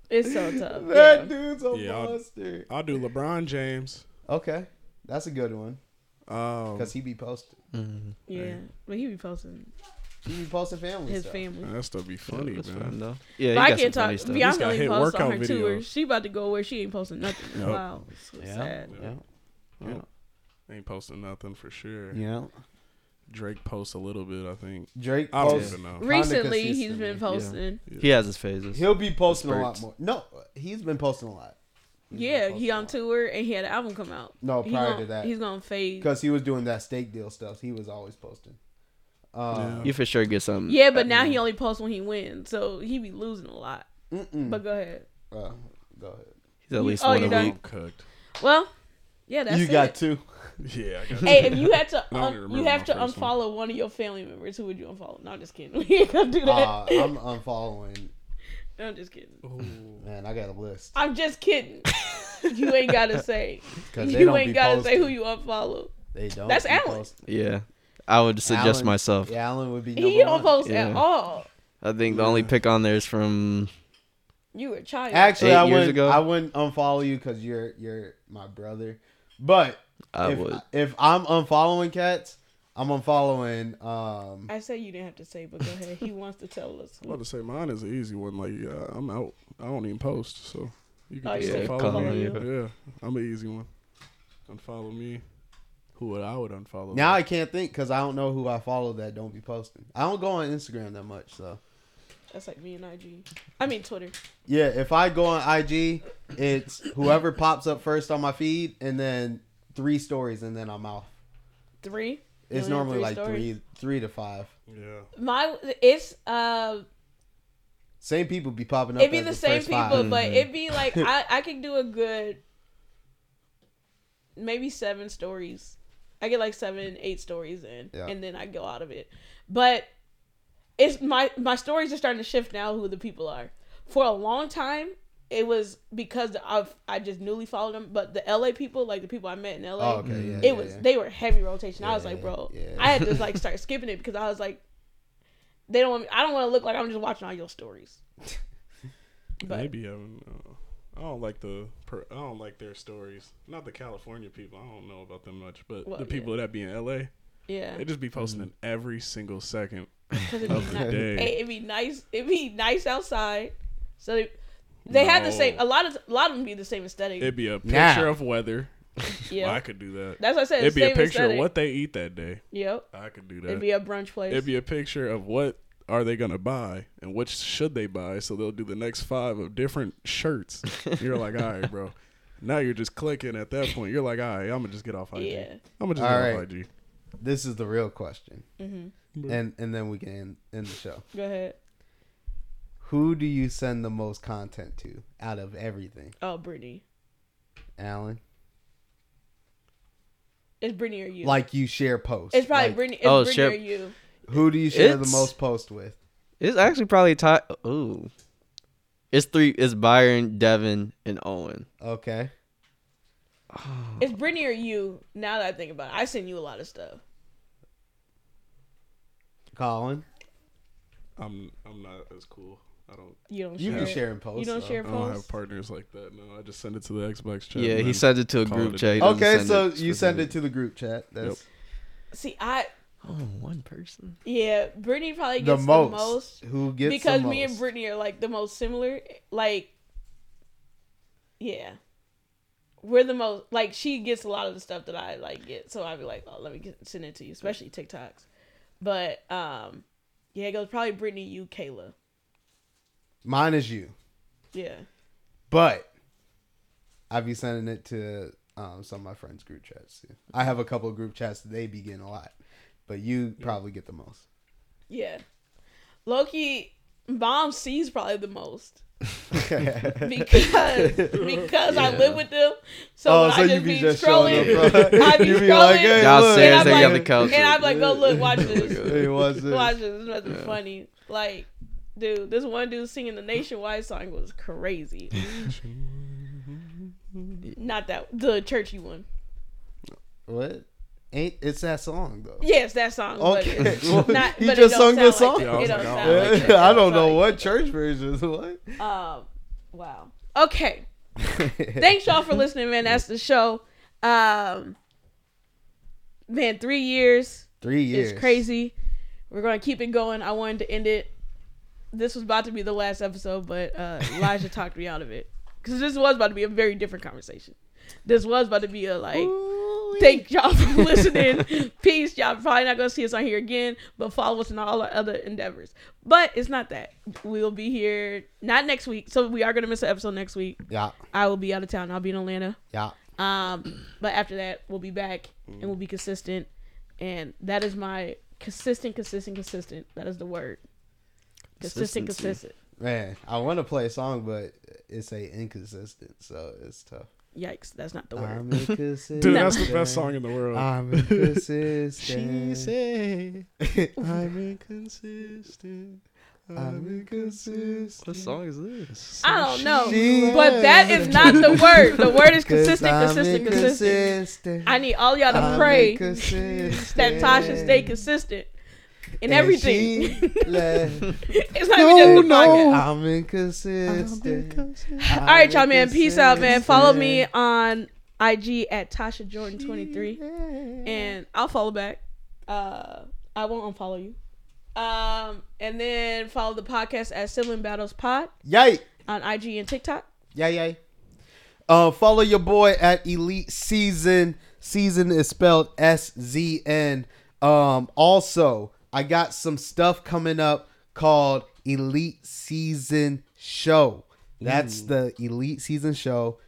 C: It's so tough.
B: that
C: yeah.
B: dude's a
D: Yeah, I'll-
B: monster.
D: I'll do LeBron James.
B: Okay, that's a good one
D: Oh,
B: because he be posting.
C: Yeah. But he be posting
B: He be posting family
C: his
B: stuff.
C: family.
D: that stuff be funny,
E: That's fine,
D: man.
E: though. Yeah,
C: But
E: you
C: I
E: got
C: can't
E: some
C: talk.
E: funny stuff.
D: He's
C: Bianca
D: got
C: only
D: hit
C: posts on her
D: workout
C: tour.
D: videos.
C: She about to go where she ain't posting nothing.
D: Nope.
C: Wow, so sad.
E: Yeah.
D: Yeah. Ain't posting nothing for sure.
B: Yeah,
D: Drake posts a little bit, I think.
B: Drake
D: I don't
B: posts.
D: even know.
C: Recently, he's
B: consistently.
C: been posting.
E: He has his phases.
B: He'll be posting a lot
E: Spurts.
B: more. No, he's been posting a lot
C: Yeah, he on tour and he had an album come out.
B: No,
C: He
B: prior
C: gon-
B: to that.
C: he's gonna fade.
B: because he was doing that steak deal stuff. He was always posting. Um,
E: You for sure get something.
C: Yeah, but now he only posts when he wins, so he be losing a lot.
B: mm-mm.
C: But go ahead.
B: Uh, go ahead.
E: He's at least
C: oh,
E: one
C: you're
E: a
C: done?
E: week.
D: I'm cooked.
C: Well, yeah, that's
B: you
C: it.
B: got two.
D: Yeah, I got
C: Hey, if you had to,
D: I don't
C: un-
D: even
C: you
D: remember
C: have
D: my
C: to
D: first
C: unfollow one. of your family members. Who would you unfollow? No, I'm just kidding. We ain't gonna do that.
B: Uh, I'm unfollowing.
C: I'm just kidding.
B: Man, I got a list
C: I'm just kidding. you ain't gotta say.
B: because they
C: You
B: don't
C: ain't
B: be
C: gotta
B: posting.
C: say who you unfollow.
B: They don't.
C: That's
B: be
C: Alan.
B: posting.
E: Yeah. I would suggest
B: Alan-
E: myself.
B: Yeah, Alan would be.
C: He
B: number
C: don't
B: one.
C: post at
E: Yeah.
C: all.
E: I think the only pick on there is from
C: You a child.
B: Actually,
E: Eight
B: I
E: years
B: wouldn't.
E: ago?
B: I wouldn't unfollow you because you're you're my brother. But
E: I
B: if,
E: would.
B: if I'm unfollowing cats, I'm unfollowing. Um,
C: I said you didn't have to say, but go ahead. He wants to tell us.
D: I'm about to say mine is an easy one. Like uh, I'm out. I don't even post, so you can
C: Oh,
D: just
C: yeah,
D: unfollow
E: follow
D: me.
E: you.
D: Yeah, I'm an easy one. Unfollow me. Who would I would unfollow?
B: now I can't think because I don't know who I follow that don't be posting. I don't go on Instagram that much, so
C: That's like me and IG. I mean Twitter.
B: yeah. If I go on IG, it's whoever pops up first on my feed, and then three stories, and then I'm off.
C: Three. You
B: It's
C: only have
B: normally like
C: stories?
B: three, three to five.
D: yeah.
C: My it's uh,
B: Same people be popping up.
C: it be
B: as
C: the same
B: first
C: people,
B: five.
C: but it be like I I can do a good maybe seven stories. I get like seven, eight stories in,
B: Yeah.
C: and then I go out of it. But it's my my stories are starting to shift now. Who the people are for a long time. It was because I've I just newly followed them, but the LA people, like the people I met in LA,
B: Oh, okay, yeah,
C: it
B: yeah,
C: was
B: yeah.
C: they were heavy rotation. I was like, bro,
B: yeah.
C: I had to like start skipping it because I was like, they don't. Want me, I don't want to look like I'm just watching all your stories. But
D: Maybe having. Uh, I don't like the. Per, I don't like their stories. Not the California people. I don't know about them much, but
C: Well,
D: the people that be in LA,
C: yeah,
D: they just be posting in every single second
C: because
D: of
C: it'd,
D: the day.
C: it'd be nice. It'd be nice outside. So they, they had the same. A
D: No.
C: lot of a lot of them be the same aesthetic.
D: It'd be a picture
B: Now.
D: of weather.
C: yeah,
D: I could do that.
C: that's what I said.
D: It'd be
C: same
D: a picture
C: aesthetic.
D: of what they eat that day.
C: Yep.
D: I could do that.
C: It'd be a brunch place.
D: It'd be a picture of what are they gonna buy and what should they buy. So they'll do the next five of different shirts. You're like, all right, bro. Now you're just clicking at that point. You're like, all right, I'm gonna just get off IG.
C: Yeah.
D: I'm gonna just
B: All
D: get
B: right.
D: off IG.
B: this is the real question,
C: Mm-hmm.
B: and and then we can end, end the show.
C: Go ahead.
B: Who do you send the most content to out of everything,
C: Oh, Brittany.
B: Alan?
C: It's Brittany or you.
B: Like you share posts.
C: it's probably
B: Like,
C: Brittany. It's
E: Oh,
C: Brittany
E: shit.
C: or you.
B: Who do you share the
E: It's-
B: most posts with?
E: It's actually probably tied. Ooh. It's three. It's Byron, Devin, and Owen.
B: Okay.
C: It's Brittany or you. Now that I think about it, I send you a lot of stuff.
B: Colin,
D: I'm I'm not as cool. I don't
C: You don't.
B: you
C: share
B: be
C: it.
B: sharing posts.
C: You don't
B: though.
C: share
D: I don't
C: posts.
D: have partners like that. No, I just send it to the Xbox chat.
E: yeah,
D: and
E: he
D: then-
E: sends it to a
D: call
E: group
D: it a
E: chat. He
D: day.
E: doesn't
B: Okay,
E: send
B: so
E: it
B: you send it
E: specifically.
B: to the group chat. That's
C: See, I
E: Oh, one person.
C: yeah. Brittany probably
B: the,
C: gets
B: most.
C: The most
B: Who gets
C: because
B: the most?
C: me and Brittany are like the most similar. Like, yeah, we're the most. Like, she gets a lot of the stuff that I like get, so I'd be like, oh, let me get, send it to you, especially TikToks. But um, yeah, it goes probably Brittany, you, Kayla.
B: Mine is you,
C: Yeah,
B: but I be sending it to um, some of my friends' group chats. Too. I have a couple of group chats. They be getting a lot, but you probably get the most.
C: yeah. Loki, mom sees probably the most because because I live with them. So
B: Oh,
C: when
B: so
C: I
B: you
C: just
B: be
C: be
B: just showing
C: scrolling,
B: up, bro.
C: I be
B: You be
C: scrolling,
B: like, "Hey,
E: Y'all
B: look."
E: serious?
C: And
E: They
C: I'm
E: got the
C: like-
E: couch.
C: and I'm like, go look, watch this.
B: Hey, what's this?
C: Watch this. There's nothing funny. Like, dude, this one dude singing the Nationwide song was crazy. Not that the churchy one.
B: What? Ain't it's that song though?
C: Yes, that song. But
B: Okay,
C: it's
B: well,
C: not,
B: he
C: but
B: just
C: it
B: sung
C: don't
B: this
C: sound
B: song.
C: Like that.
D: Yeah, I
C: It don't sound
D: was like, oh,
C: like that.
B: I
C: It
B: don't know
C: sound
B: what church version is what.
C: like- Um, wow. Okay. Thanks y'all for listening, man. That's the show. Um, man, three years.
B: Three years.
C: It's crazy. We're gonna keep it going. I wanted to end it. This was about to be the last episode, but uh, Elijah talked me out of it because this was about to be a very different conversation. This was about to be a like. Thank y'all for listening. Peace. Y'all probably not gonna see us on here again, but follow us in all our other endeavors. But it's not that. We'll be here not next week, so we are gonna miss an episode next week.
B: Yeah,
C: I will be out of town. I'll be in Atlanta.
B: yeah.
C: Um, but after that, we'll be back and we'll be consistent. And that is my consistent, consistent, consistent. That is the word. Consistent,
E: Consistency.
C: consistent.
B: Man, I want to play a song, but it's a inconsistent, so it's tough.
C: Yikes, that's not the word.
B: I'm inconsistent.
D: Dude, that's the best song in the world.
B: I'm inconsistent.
D: she said, I'm inconsistent. I'm inconsistent.
E: What song is this?
C: I don't know.
B: She
C: But that is not the word. The word is consistent, consistent, consistent.
B: consistent.
C: I need all y'all to
B: I'm
C: pray that
B: inconsistent.
C: Tasha stay consistent in
B: And
C: everything.
B: she left.
C: it's not even just the podcast.
B: I'm inconsistent.
C: All right, y'all, man. Peace out, man. Follow me on IG at Tasha Jordan 23, and I'll follow back. Uh, I won't unfollow you. Um, and then follow the podcast at Sibling Battles Pod
B: Yay.
C: on IG and TikTok.
B: Yay, yay. Uh, follow your boy at Elite Season. Season is spelled S Z N. Um, also, I got some stuff coming up called Elite Season Show. That's the Elite Season Show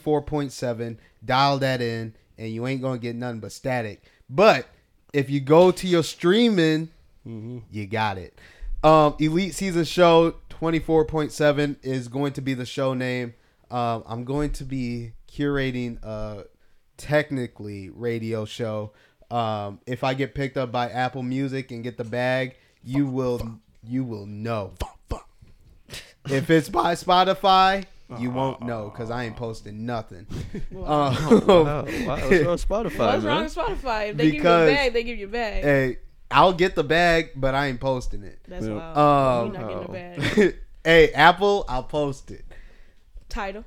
B: 24.7. Dial that in, and you ain't going to get nothing but static. But if you go to your streaming, you got it. Um, Elite Season Show 24.7 is going to be the show name. Um, I'm going to be curating a technically radio show. Um, if I get picked up by Apple Music and get the bag, you will you will know. If it's by Spotify, you won't know because I ain't posting nothing. Um,
E: Wow, wow, what's wrong with Spotify,
C: What's
E: man?
C: wrong with Spotify? If they give
B: Because-
C: you a bag, they give you a bag.
B: hey, I'll get the bag, but I ain't posting it.
C: That's
D: Yeah.
C: wild.
B: Um,
C: You're not getting a bag.
B: hey, Apple, I'll post it.
C: Title.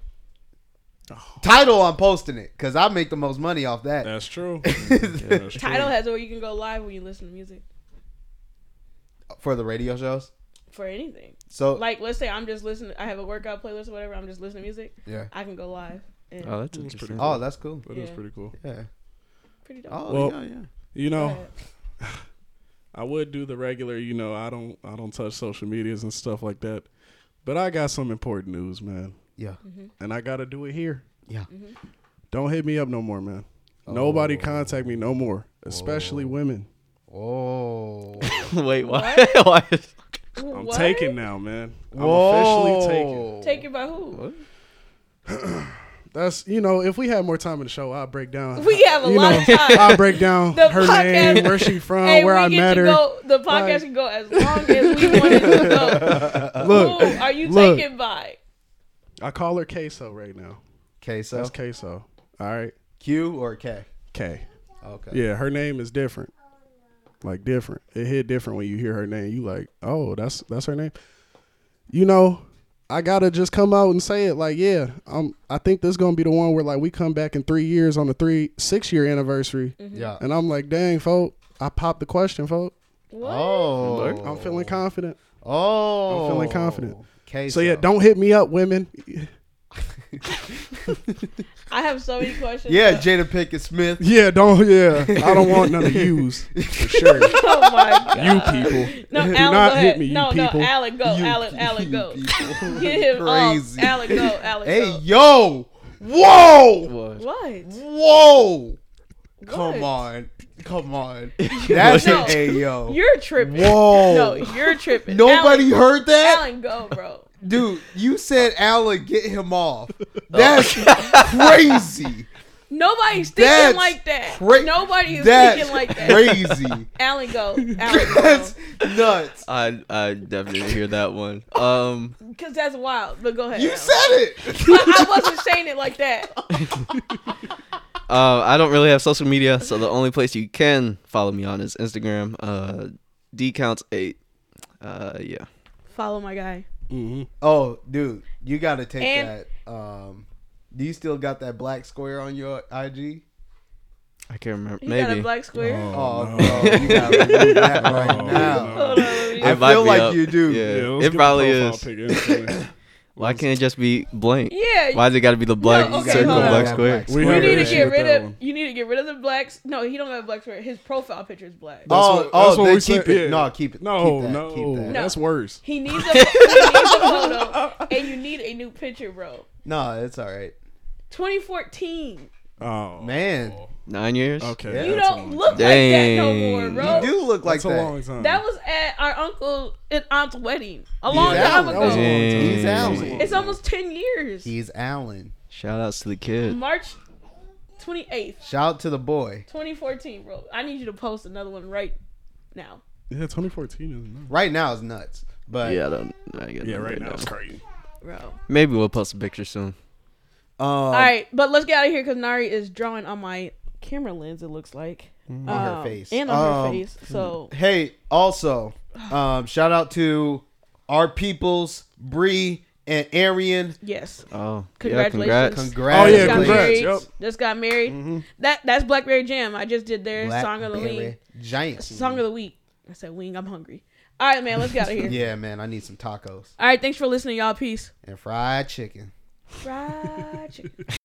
B: Title, I'm posting it because I make the most money off that.
D: That's true. Yeah, that's true.
C: Title has it where you can go live when you listen to music
B: for the radio shows.
C: for anything.
B: So
C: Like, let's say I'm just listening. I have a workout playlist or whatever. I'm just listening to music.
B: yeah.
C: I can go live. And
E: Oh, that's
D: That's pretty
E: interesting.
B: Oh, that's cool.
D: That is
C: Yeah.
D: pretty cool.
B: Yeah.
C: pretty dope.
B: Oh,
D: Well-
B: yeah, yeah.
D: You know,
C: But-
D: I would do the regular, you know, I don't I don't touch social medias and stuff like that. But I got some important news, man.
B: Yeah.
C: Mm-hmm.
D: And I gotta do it here.
B: Yeah.
D: Don't hit me up no more, man. Nobody contact me no more. Especially women.
B: Oh.
E: Wait, why? why is-
D: I'm
C: What?
D: taken now, man. I'm
B: Whoa.
D: officially taken.
C: Taken by who?
D: That's you know, if we had more time in the show, I'll break down.
C: We have a
D: you
C: lot
D: know,
C: of time.
D: I'll break down
C: The
D: her
C: podcast-
D: name, where she from,
C: Hey,
D: where
C: we
D: I
C: get
D: met
C: to
D: her.
C: go. The podcast
D: Like-
C: can go as long as we want it to go.
D: Look,
C: Who are you
D: look.
C: taken by?
D: I call her Queso right now.
B: K so
D: That's Queso. All right.
B: Q or K? Oh,
D: K.
B: Okay.
D: Yeah, her name is different. Like different. It hit different when you hear her name. You like, oh, that's that's her name. You know, I gotta just come out and say it. Like, yeah, um, I think this gonna be the one where like we come back in three years on the three six year anniversary,
C: Mm-hmm.
B: Yeah.
D: and I'm like, dang, folk, I popped the question, folk.
C: What?
B: Oh.
D: I'm feeling confident.
B: Oh.
D: I'm feeling confident.
B: K
D: So yeah, don't hit me up, women.
C: I have so many questions.
B: Yeah,
C: but-
B: Jada Pickett Smith.
D: Yeah, don't. Yeah, I don't want none of yous for sure.
C: oh my god.
D: You people,
C: No, Alan,
D: do not
C: go
D: hit
C: ahead.
D: me. You
C: no,
D: people.
C: no, Alan, go.
B: You
C: Alan, Alan, Oh, go.
B: people.
C: Get him
B: Crazy.
C: off. Alan, go. Alan,
B: Hey,
C: go.
B: yo. Whoa.
E: what?
C: What?
B: Whoa. Come
C: What?
B: on. Come on. That's
C: No.
B: a hey, yo.
C: You're tripping.
B: Whoa.
C: No, you're tripping.
B: Nobody
C: Alan,
B: heard that?
C: Alan, go, bro.
B: Dude, you said Alan get him off. That's crazy.
C: Nobody's thinking
B: That's
C: like that.
B: cra-
C: Nobody is
B: That's
C: thinking like that.
B: crazy.
C: Alan, go. Alan, go.
B: That's nuts.
E: I I definitely hear that one. Um,
C: Because that's wild. But go ahead.
B: You
C: Alan.
B: said it.
C: I, I wasn't saying it like that.
E: Uh, I don't really have social media, so the only place you can follow me on is Instagram. Uh, Dcounts eight. Uh, yeah.
C: Follow my guy.
D: Mm-hmm.
B: Oh, dude, you gotta take
C: And-
B: that. Um, do you still got that black square on your IG?
E: I can't remember.
C: He got
E: Maybe.
C: a black square.
B: Oh, bro, you gotta remove that right now.
C: Hold on, let me-
B: I
E: It might
B: feel
E: be
B: like
E: up.
B: you do.
E: Yeah,
D: Yeah, let's
E: it
D: get the
E: probably
D: profile
E: is.
D: pic instantly.
E: Why can't it just be blank?
C: Yeah.
E: Why does it got to be the black
C: okay,
E: circle,
C: hold on.
E: black
B: Yeah,
E: square?
B: black
D: we
C: You
D: have
C: need
D: an
C: to
D: issue
C: get
D: with
C: rid
D: that
C: of.
D: one.
C: You need to get rid of the blacks. No, he don't got a black square. His profile picture is black.
D: That's
B: oh,
D: what-
B: oh,
D: that's what
B: then
D: we
B: keep
D: said,
B: it.
D: yeah.
B: No, keep it.
D: No,
B: keep that,
D: no,
B: keep that.
C: No.
D: that's worse.
C: He needs a, he needs a photo, and you need a new picture, bro.
B: No, it's all right,
C: 2014.
D: Oh
B: man.
E: Nine years.
D: okay.
B: Yeah.
D: that's
C: You
D: a
C: don't
D: long
C: look
D: time.
E: Dang.
C: like that no more, bro.
B: You do look like
D: That's a
B: that.
D: long time.
C: That was at our uncle and aunt's wedding a long
B: Yeah,
C: time
B: that
C: ago.
B: was a long
E: Dang.
B: He's Allen.
C: It's almost 10 years.
B: He's Allen.
E: Shout outs to the kid.
C: March 28th,
B: Shout out to the boy
C: 2014, bro. I need you to post another one right now.
D: yeah, 2014 is nuts.
B: right now is nuts, but
E: Yeah, I don't. I get
D: Yeah,
E: them
D: right now it's crazy.
C: Bro.
E: Maybe we'll post a picture soon.
B: um,
C: All right, but let's get out of here because Nari is drawing on my camera lens. It looks like on
B: her face.
C: and on
B: Um,
C: her face. So
B: Hey, also, um, shout out to our peoples, Bree and Arian.
C: yes,
E: Oh,
C: Congratulations.
E: Yeah, congrats.
D: Oh,
B: Congrats.
D: yeah,
C: just got
D: congrats.
C: married.
D: Yep.
C: Just got married. That that's Blackberry Jam. I just did their
B: Black
C: song of the week.
B: Giant.
C: Song of the week. I said wing. I'm hungry. All right, man. Let's get out of here.
B: Yeah, man, I need some tacos
C: All right. Thanks for listening, y'all. Peace.
B: and fried chicken.
C: Fried chicken.